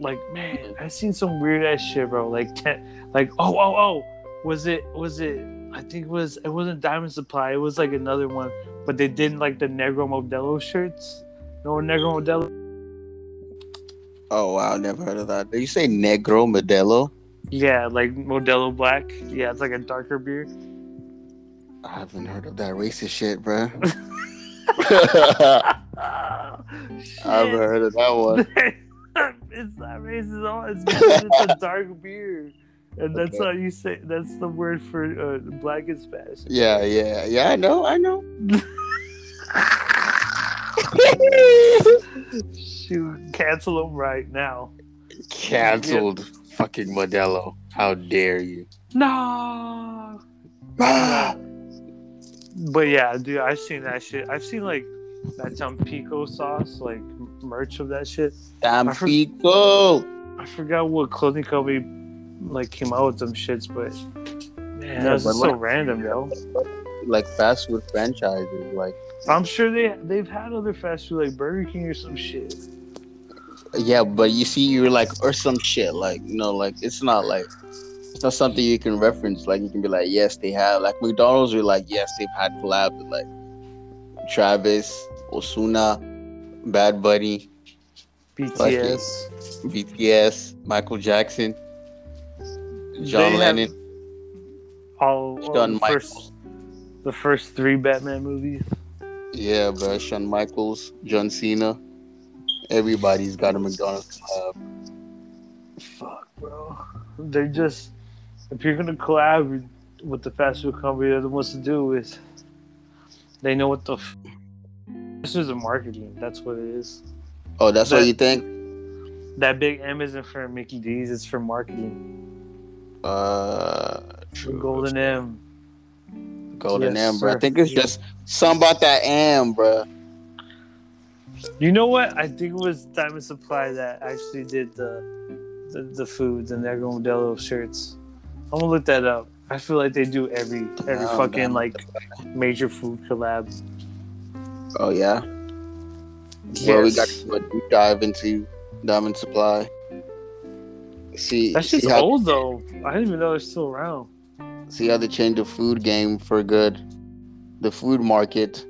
Like man, I seen some weird ass shit, bro. Like ten, like oh oh oh, was it was it? I think it was it wasn't Diamond Supply. It was like another one, but they didn't like the Negro Modelo shirts. No Negro Modelo. Oh wow, never heard of that. Did you say Negro Modelo? Yeah, like Modelo Black. Yeah, it's like a darker beer. *laughs* I haven't heard of that racist shit, *laughs* bro. Ah, I haven't shit. heard of that one. *laughs* it's not racist at all. It's because *laughs* it's a dark beer, and that's Okay. how you say. That's the word for uh, black is Spanish. Yeah, yeah, yeah. I know, I know. Shoot, cancel them right now. Cancelled, fucking Modelo. How dare *gasps* you? *gasps* No. That's But yeah, dude, I've seen that shit. I've seen like that Tampico sauce, like merch of that shit. Damn I for- people. I forgot what clothing company like came out with them shits, but man, that was but just so like- random, yo. Like fast food franchises, like I'm sure they they've had other fast food like Burger King or some shit. yeah, but you see, you're like or some shit, like you know, like it's not like it's not something you can reference. Like you can be like, yes, they have. Like McDonald's, you're like, yes, they've had collabs with like Travis, Osuna, Bad Bunny, BTS. BTS, Michael Jackson, John They have- Lennon. All, all Shawn the first the first three Batman movies. Yeah, bro. Shawn Michaels, John Cena. Everybody's got a McDonald's collab. Fuck, bro. They're just if you're gonna collab with the fast food company, they're the ones to do is they know what the. F- this is a marketing. That's what it is. Oh, that's what That- you think? That big M isn't for Mickey D's. It's for marketing. Uh, The true. golden M. Golden Yes, Amber. I sir. think it's Yeah. just something about that am, bro. You know what? I think it was Diamond Supply that actually did the the, the foods and their Modelo shirts. I'm gonna look that up. I feel like they do every every Oh, man. fucking like major food collab. Oh yeah. Well, we got to do a deep dive into Diamond Supply. See, That shit's see how old though. I didn't even know it's still around. see how they changed the food game for good. The food market.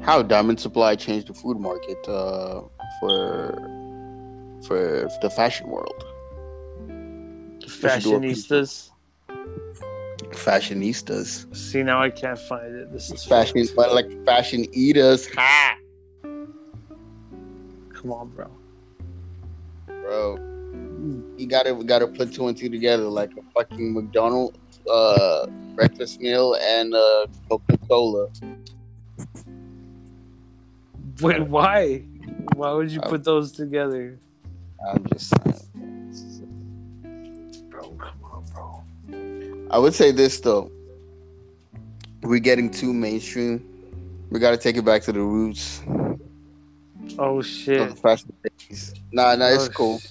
How Diamond Supply changed the food market uh, for for the fashion world. should do a piece. Fashionistas. Fashionistas. See now I can't find it. This is Fashion but like fashion eaters. Ha Come on, bro. bro. You gotta we gotta put two and two together like a fucking McDonald's uh, breakfast meal and uh, Coca Cola. Wait, why? Why would you Uh, put those together, I'm just bro? Come on, bro. I would say this though. We're getting too mainstream. We got to take it back to the roots. Oh of shit. the fashion days. Nah, nah, it's Oh, cool. sh-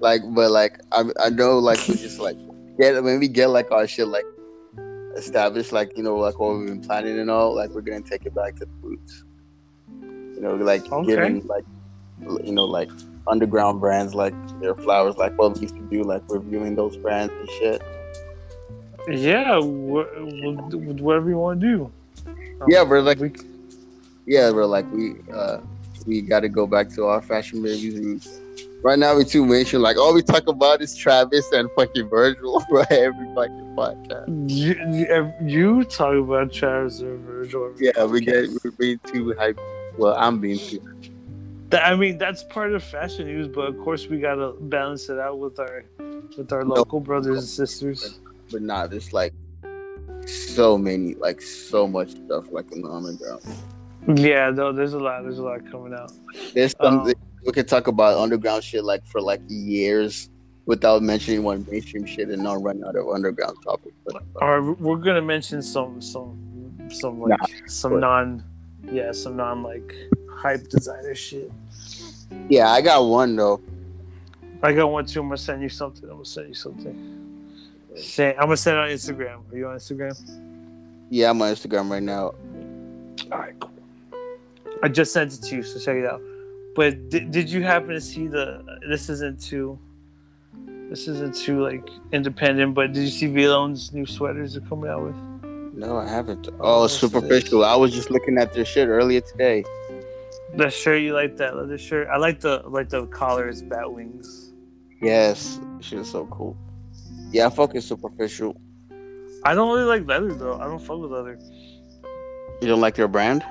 Like, but like, I I know like we just like get when we get like our shit like established, like you know like what we've been planning and all. Like we're gonna take it back to the roots. You know, like Okay. giving like you know like underground brands like their flowers, like what we used to do, like reviewing those brands and shit. Yeah. Wh- wh- whatever you want to do. Um, Yeah, but like we- yeah, bro. Like we uh we got to go back to our fashion babies. roots. right now, we too mainstream. Like all we talk about is Travis and fucking Virgil, *laughs* right? Every fucking podcast. You, you, you talk about Travis and Virgil. Yeah, we get we're being too hype. Well, I'm being too. That, I mean, that's part of fashion news, but of course we gotta balance it out with our with our No. local brothers and sisters. But nah, there's like so many, like so much stuff, like in the underground. Yeah, no, there's a lot. There's a lot coming out. There's some Um, that we could talk about underground shit like for like years without mentioning one mainstream shit and not run out of underground topics. But, All right, we're gonna mention some some some like some but- non, yeah, some non like hype designer shit. yeah, I got one though. I got one too. I'm gonna send you something. I'm gonna send you something. Shane, I'm gonna send it on Instagram. Are you on Instagram? Yeah, I'm on Instagram right now. All right, cool. I just sent it to you, so check it out. But did, did you happen to see the? This isn't too. This isn't too like independent, but did you see Velone's new sweaters they're coming out with? No, I haven't. Oh, Oh, what's superficial. I was just looking at their shit earlier today. That shirt you like that leather shirt. I like the like the collar. It's bat wings. Yes, shit is so cool. Yeah, I fuck with superficial. I don't really like leather though. I don't fuck with leather. You don't like their brand?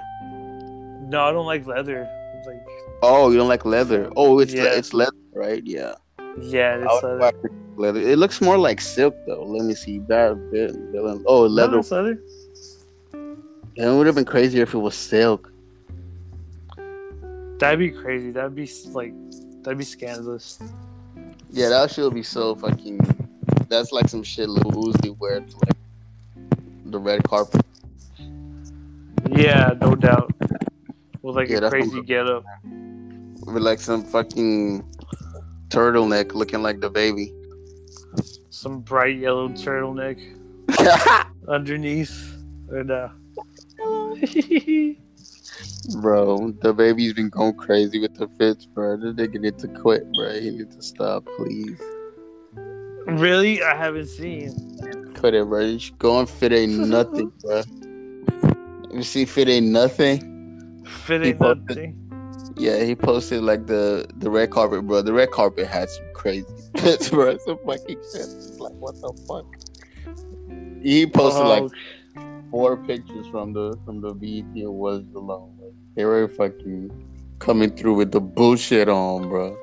No, I don't like leather. Like Oh, you don't like leather? Oh, it's le- Yeah. it's leather, right? Yeah. yeah, I it's would leather. fuck with leather. It looks more like silk though. Let me see. That bit- villain. Oh, No, leather. it's leather. It would have been crazier if it was silk. That'd be crazy. That'd be like that'd be scandalous. Yeah, that shit would be so fucking. That's like some shit Lil Uzi wears, like the red carpet. Yeah, no doubt. With like Yeah, a that's crazy getup. with like some fucking turtleneck looking like the baby. some bright *laughs* yellow turtleneck underneath. uh, Or no. bro, the baby's been going crazy with the fits, bro. This nigga need to quit, bro. He needs to stop, please. really? I haven't seen. Quit it, bro. Just Going fit ain't *laughs* nothing, bro. You see, fit ain't nothing. Fitting People- that thing. Yeah, he posted like the the red carpet, bro. The red carpet had some crazy *laughs* fits, bro. Some fucking shit. It's like, what the fuck? He posted like Oh, four pictures from the from the BET was alone. Like, they were fucking coming through with the bullshit on, bro.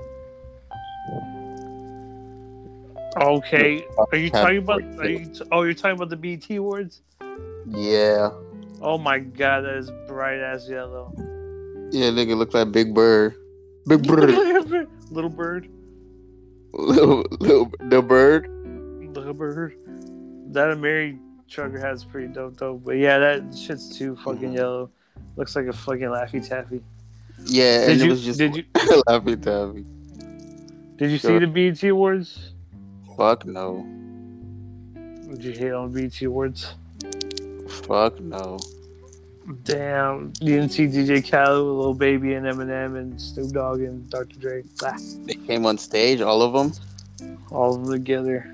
Oh, okay. Are you Have talking about four are you t- oh you're talking about the BT awards? Yeah, Oh my god, that is bright ass yellow. yeah, nigga look like Big Bird, Big *laughs* Bird, *laughs* little bird. little, little the bird. Little bird. That Mary trucker has pretty dope though. But yeah, that shit's too fucking Mhm. yellow. Looks like a fucking laffy taffy. Yeah, and Did it you was just did you *laughs* laughing taffy. Did you see Sure. the BET Awards? Fuck no, Did you hate on BET Awards? fuck no. Damn, you didn't see DJ Khaled, with Lil Baby, and Eminem, and Snoop Dogg, and Dr. Dre. Ah, They came on stage, all of them. all of them together.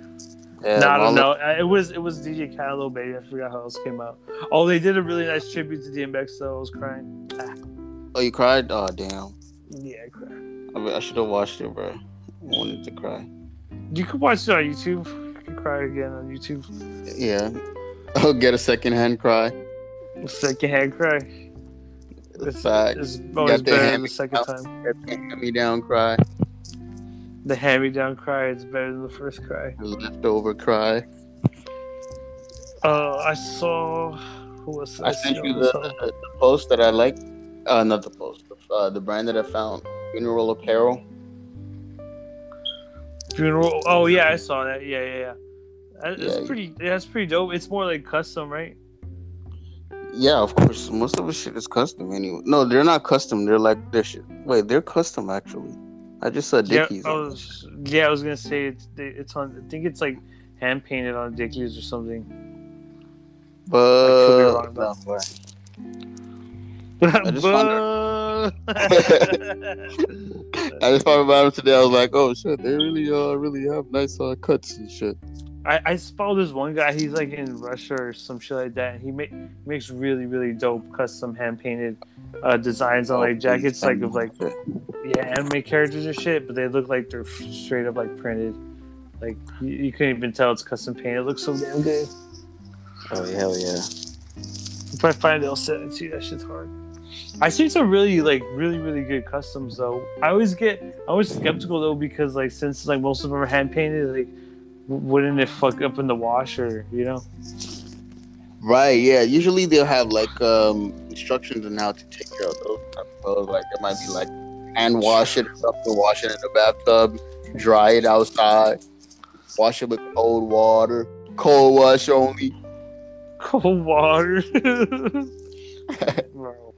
Yeah, no, I don't all of- know. I- It was it was DJ Khaled, Lil Baby. I forgot how else came out. Oh, they did a really nice tribute to DMX. Though I was crying. Oh, you cried? Oh, damn. Yeah, I cried. I, mean, I should have watched it, bro. I wanted to cry. You can watch it on YouTube. You can cry again on YouTube. Yeah, *laughs* I'll get a secondhand cry. Secondhand cry. It's, Fact. it's always the better than hand- the second time. Hand me down cry. The hand-me-down cry is better than the first cry. leftover cry. Uh, I saw. Who was I sent you the, the post that I like. Uh, not the post, the, uh, the brand that I found, Funeral Apparel. funeral. Oh yeah, I saw that. Yeah, yeah, yeah. That- That's Yeah, you- pretty. yeah, That's pretty dope. It's more like custom, right? Yeah, of course. Most of the shit is custom anyway. No, they're not custom. They're like they're shit. Wait, they're custom actually. I just saw Dickies. Yeah, I was, yeah, I was gonna say it's it's on. I think it's like hand painted on Dickies or something. but I could be wrong, Uh, No, *laughs* I just *laughs* *laughs* I just thought about it today. I was like, oh shit, they really uh really have nice uh, cuts and shit. I, I just follow this one guy. He's like in Russia or some shit like that. And he ma- makes really really dope custom hand painted uh, designs on like jackets, like of like yeah, anime characters and shit, but they look like they're f- straight up like printed. Like you, you couldn't even tell it's custom paint. It looks so damn good. Oh hell yeah. If I find it, I'll send it to you. That shit's hard. I see some really like really really good customs though. I always get I always skeptical though because like since like most of them are hand painted, like w- wouldn't it fuck up in the wash or you know? Right, yeah. Usually they'll have like um instructions on how to take care of those type of clothes. Like it might be like hand wash it, or something, wash it in the bathtub, dry it outside, wash it with cold water, cold wash only. Cold water. Bro.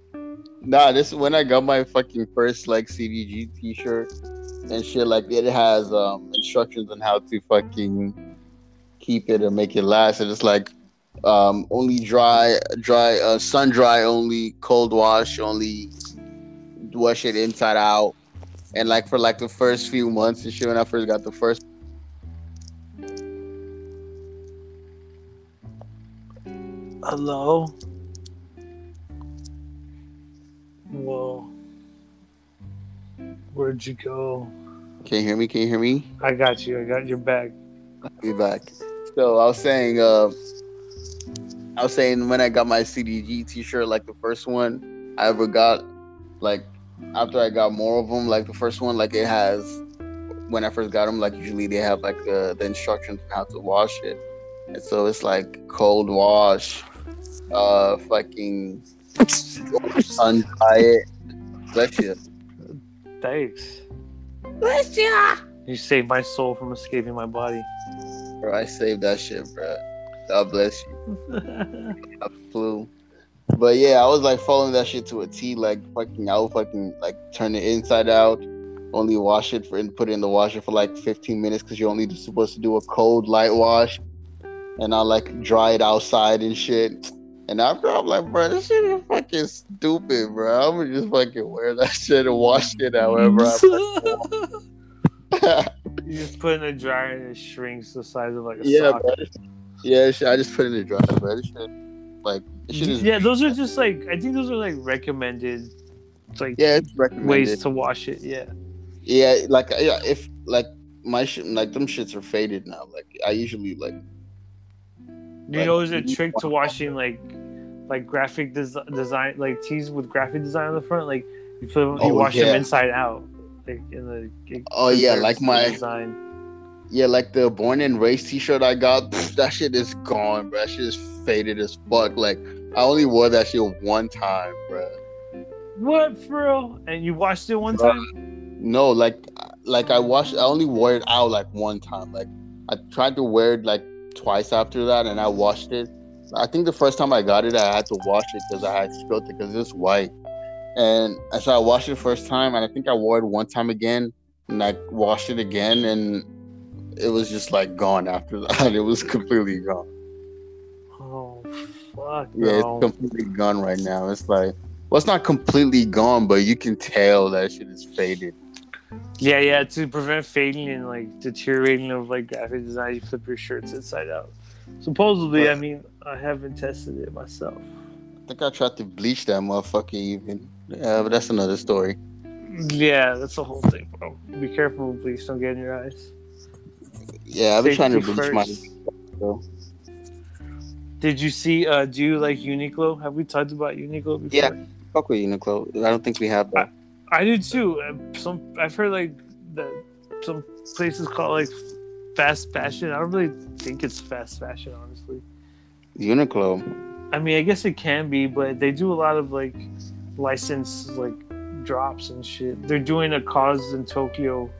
Nah, this is when I got my fucking first like CDG t-shirt and shit. Like it has um instructions on how to fucking keep it or make it last. And it's like um, only dry, dry, uh, sun dry only, cold wash only, wash it inside out. And like for like the first few months and shit, when I first got the first. *laughs* Hello. Whoa. Where'd you go? Can you hear me? Can you hear me? I got you. I got your back. Be back. So I was saying, uh, I was saying when I got my CDG T-shirt, like the first one I ever got, like after I got more of them, like the first one, like it has. When I first got them, like usually they have like the, the instructions on how to wash it, and so it's like cold wash, uh, fucking sun dry it. Bless you. Thanks. Bless you. You saved my soul from escaping my body. Bro, I saved that shit, bro. God bless you. I flew. But yeah, I was like following that shit to a T. Like fucking, I would fucking like turn it inside out, only wash it for and put it in the washer for like 15 minutes because you're only supposed to do a cold light wash, and I like dry it outside and shit. And after I'm like, bro, this shit is fucking stupid, bro. I'm gonna just fucking wear that *laughs* shit and wash it however. I *laughs* *laughs* you just put in the dryer and it shrinks the size of like a yeah, sock. bro. Yeah, shit, I just put it in the dryer, bro. This shit, like, this shit is Yeah, those are just like I think those are like recommended like yeah, it's recommended. ways to wash it. Yeah. Yeah, like yeah, if like my shit, like them shits are faded now. Like I usually like You Like, know, is a you trick to want- washing like like graphic des- design like tees with graphic design on the front? Like you, put, you Oh, wash yeah. them inside out. Like in the it Oh, yeah, preserves like the my- design. yeah, like the born and raised T-shirt I got. *laughs* pfft, that shit is gone, bro. That shit is faded as fuck. Like I only wore that shit one time, bro. What for real? And you washed it one Bro. time? No, like like I washed. I only wore it out like one time. Like I tried to wear it like twice after that, and I washed it. I think the first time I got it, I had to wash it because I had spilled it because it's white. And and so I washed it the first time, and I think I wore it one time again, and I washed it again, and it was just like gone after *laughs* that. It was completely gone. Oh fuck Yeah, no. it's completely gone right now. It's like well, it's not completely gone, but you can tell that shit is faded. yeah, yeah, to prevent fading and like deteriorating of like graphic design, you flip your shirts inside out. Supposedly, I Bro. mean, I haven't tested it myself. I think I tried to bleach that motherfucker even. Yeah, but that's another story. Yeah, that's the whole thing, bro. Be careful, please don't get in your eyes. Yeah, I've been trying to Safety bleach my. first. Did you see? Uh, do you like Uniqlo? Have we talked about Uniqlo before? Yeah. Fuck with Uniqlo. I don't think we have that. I do too. Uh, Some I've heard like that some places call it, like fast fashion. I don't really think it's fast fashion, honestly. Uniqlo. I mean, I guess it can be, but they do a lot of like license like drops and shit. They're doing a cause in Tokyo,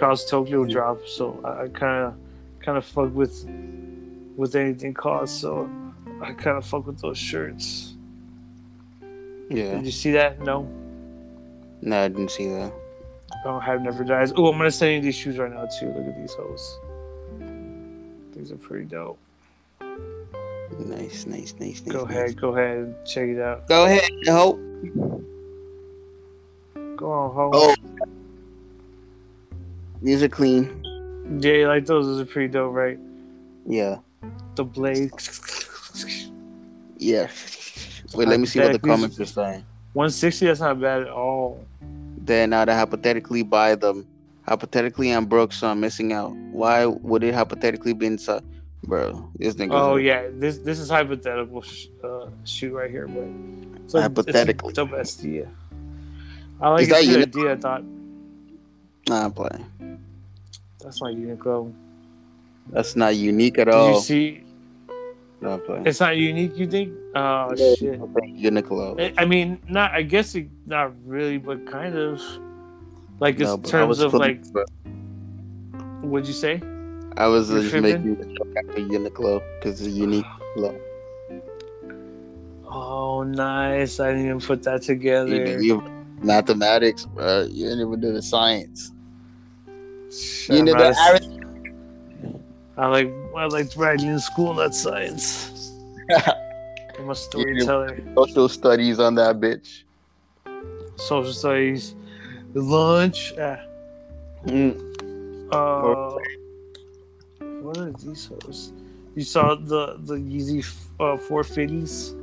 cause Tokyo drop. So I kind of kind of fuck with with anything cause. So I kind of fuck with those shirts. Yeah. Did you see that? No. No, I didn't see that. Oh, have never dies. Oh, I'm gonna send you these shoes right now too. Look at these hoes. These are pretty dope. Nice, nice, nice, nice. Go nice. ahead, go ahead, and check it out. Go ahead. Hope. Go on, ho. Oh. These are clean. Yeah, you like those? Those are pretty dope, right? Yeah. The blade. Yeah. Wait, let me see what the Hypothetically- comments are saying. 160. That's not bad at all. Then I'd hypothetically buy them. Hypothetically, I'm broke, so I'm missing out. Why would it hypothetically be inside? Bro, this nigga. Oh yeah, this this is hypothetical sh- uh, shoot right here, but it's a- Hypothetically. it's a dope ass idea. I like Is it's a that good Uniqlo? idea. I thought Nah, I'm playing. that's my Uniqlo. That's not unique at Did all. you see? No, I'm playing. It's not unique. You think? Oh Yeah, shit. I'm playing Uniqlo. I I mean, not. I guess it, not really, but kind of. Like in No, but I terms was of flipping- like, what'd you say? I was You're just tripping? making the joke after Uniqlo because it's unique. Look, Oh, nice! I didn't even put that you together. did- you- mathematics, bro. You didn't even do the science. Shit, You I'm know not the a- arith- I like I liked writing in school, *laughs* not science. I'm a storyteller. Social studies on that bitch. Social studies, lunch. ah, Mm. Uh, what are these hoes? You saw the the Yeezy uh, 450s?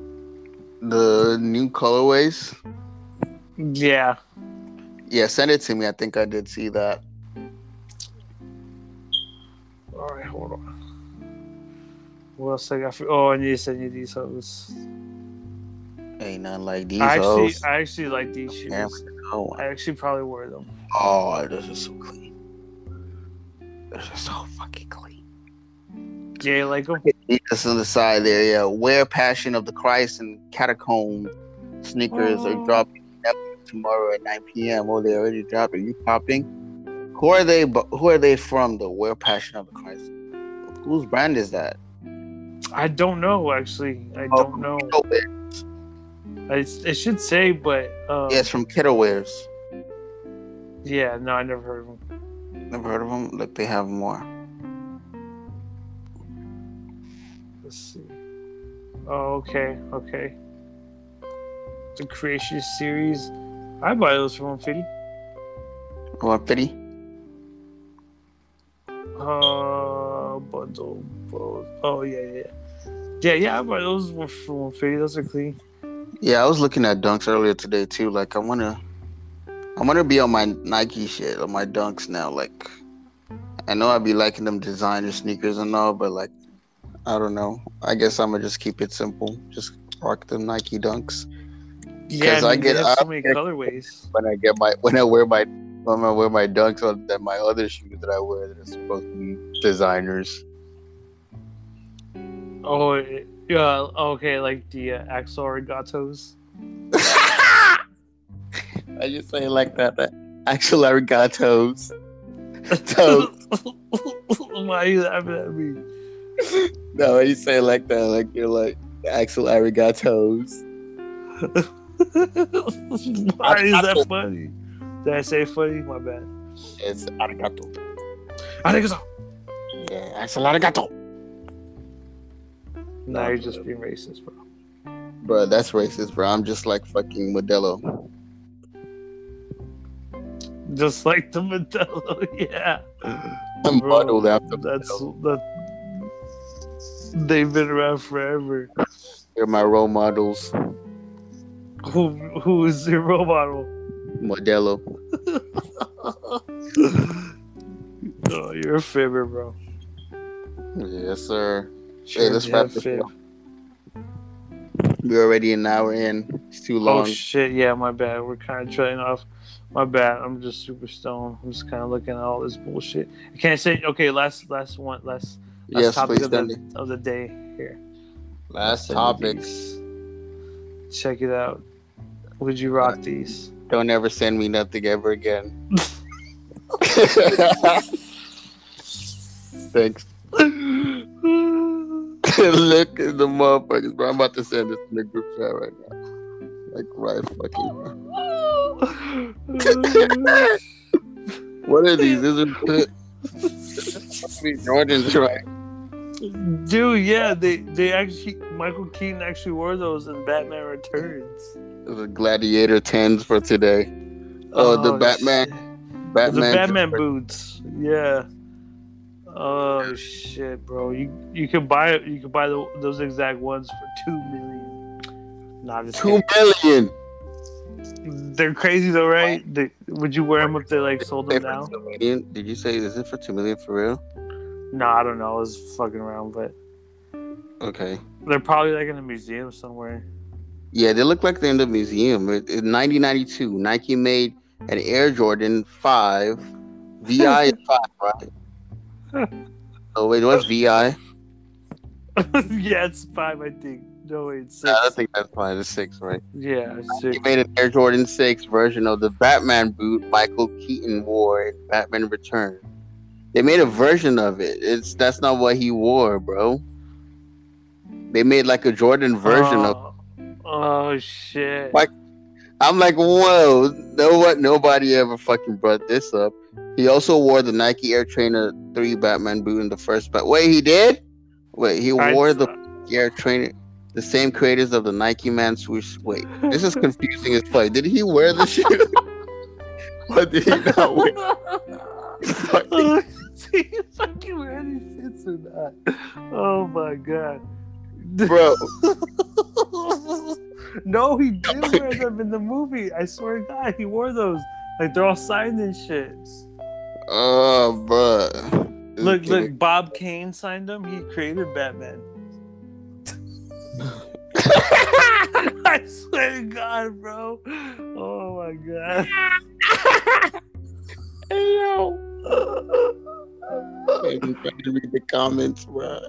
The new colorways. Yeah, Yeah, send it to me. I think I did see that. All right, hold on. What else I got for? Oh, I need to send you these hoes. Ain't nothing like these. I actually, hoes. I actually like these shoes. Yeah. Oh, I actually probably wear them. Oh, this is so clean. This is so fucking clean. Yeah, you like them. That's on the side there. Yeah, wear Passion of the Christ and Catacomb sneakers Oh. are dropping tomorrow at 9 p.m. Oh, they already dropped. Are you popping? Who are they? bu- Who are they from? The Wear Passion of the Christ. Whose brand is that? I don't know actually. I Oh, don't know. Kettle Wear. I, it should say, but uh, Yeah, it's from Kettle Wears. yeah, no, I never heard of them. Never heard of them. Look, they have more. Let's see. Oh, okay, okay. The Creation series. I buy those for one fifty. One fifty. Uh, bundle. both. Oh yeah, yeah, yeah, yeah. I buy those for one fifty. Those are clean. Yeah, I was looking at dunks earlier today too. Like I wanna I wanna be on my Nike shit, on my dunks now. Like I know I'd be liking them designer sneakers and all, but like I don't know. I guess I'ma just keep it simple. Just rock them Nike dunks. Yeah, 'Cause I, I mean, get- they have so I many get- colorways. When I get my when I wear my when I wear my dunks on then my other shoes that I wear that are supposed to be designers. Oh, it- yeah. Okay, like the uh, Axel Regatos. I just say it like that. that actual arigatos. Toes. *laughs* Why are you laughing at me? No, you say it like that, like you're like Axel Arigatos. Why is that funny? Did I say funny? My bad. It's arigato. I think it's a- Yeah, Axel Arigato. No, you're just being racist, bro. Bro, that's racist, bro. I'm just like fucking Modelo. Just like the Modelo, *laughs* yeah. I'm Bro, bottled after That's that. They've been around forever. they're my role models. Who who is your role model? Modelo. Oh, you're a fibber, bro. Yes, sir. Sure, let's yeah, wrap this fib. up. We're already an hour in. It's too Oh long. shit! Yeah, my bad. We're kind of trailing off. My bad. I'm just super stoned. I'm just kind of looking at all this bullshit. I can't say. Okay, last last one. Last, last yes, topic please, of Dundee. the, of the day here. Last Send me topic. these. Check it out. Would you Uh, *laughs* rock these? *laughs* Don't ever send me nothing ever again. *laughs* Thanks. All Look at the motherfuckers, bro. I'm about to send this in the group chat right now. Like right fucking. What are these? These are these Jordans, right? Dude, yeah, they they actually Michael Keaton actually wore those in Batman Returns. These are Gladiator tens for today. Oh, the Batman, shit. Batman, the Batman boots. Yeah. Oh shit, bro! You you can buy you can buy the, those exact ones for two million. Nah, just Two million. kidding. They're crazy though, right? They, would you wear them if they like sold them now? Did did you say is it for two million for real? Nah, I don't know. I was fucking around, but Okay. they're probably like in a museum somewhere. *laughs* Yeah, they look like they're in the museum. It- In 1992, Nike made an Air Jordan 5. VI is 5, right? Oh, wait, what's VI? yeah, it's five, I think. No, wait, it's No, six. I don't think that's 5, it's 6, right? yeah, it's six. He made an Air Jordan 6 version of the Batman boot Michael Keaton wore in Batman Return. They made a version of it. It's That's not what he wore, bro. They made like a Jordan version of oh, Oh shit! Why- I'm like, whoa, no what nobody ever fucking brought this up. He also wore the Nike Air Trainer 3 Batman boot in the first Bat. Wait, he did? Wait, he I- wore the *laughs* Air Trainer. The same creators of the Nike Man swoosh. Wait, this is confusing as fuck. Did he wear the shoe? *laughs* or did he not *laughs* wear *laughs* fucking See Oh, you fucking wear these shits or not. Oh my god. bro? *laughs* no, he did wear them in the movie. I swear to God, he wore those. Like they're all signed and shit. Oh, bro. Look, look, Bob Kane signed them. He created Batman. I swear to God, bro. Oh my God. *laughs* I'm trying to read the comments, bro.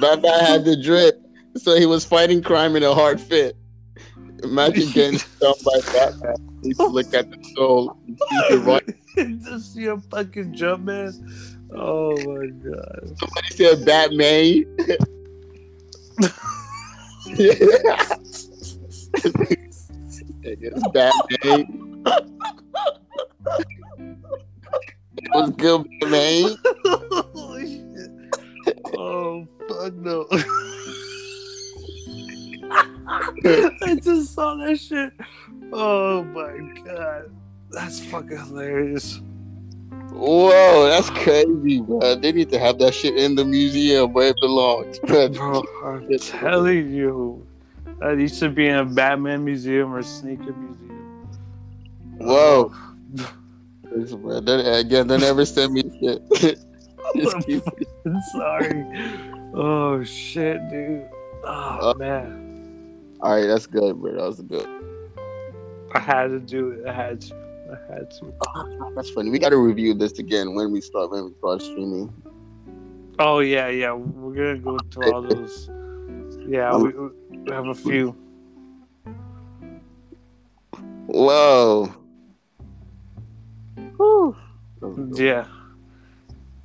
Batman had the drip, so he was fighting crime in a hard fit. Imagine *laughs* getting stung by Batman. Please look at the soul. and see the *laughs* right- *laughs* Just see a fucking jump man. Oh my God. Somebody said Batman. it's Batman. It was good, Batman. Holy shit. Oh, fuck no. I just saw that shit. Oh my god. That's fucking hilarious. Whoa, that's crazy, bro. They need to have that shit in the museum where it belongs. But Bro, I'm telling you. That used to be in a Batman museum or sneaker museum. whoa. This, bro, they- again, they never send me shit. *laughs* Just keep- I'm sorry. Oh shit, dude. Oh Uh, man. All right, that's good, bro. That was good. I had to do it. I had to. I had to. That's funny. We got to review this again when we start when we start streaming. Oh yeah, yeah. We're gonna go through all those. Yeah, we, we have a few. Whoa. Yeah.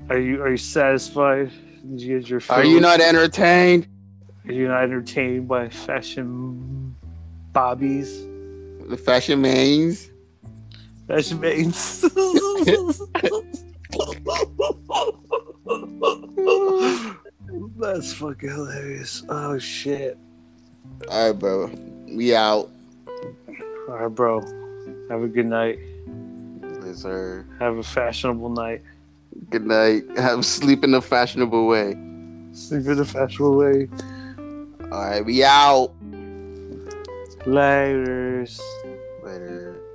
Are you are you satisfied? Did you get your? Are fill? you not entertained? Are you not entertained by fashion, bobbies, The fashion mains. fashion mates? That's fucking hilarious. Oh shit! All right, bro. We out. All right, bro. Have a good night. Yes, sir. Have a fashionable night. Good night. *laughs* Have sleep in a fashionable way. Sleep in a fashionable way. All right, we out. Laters. Later.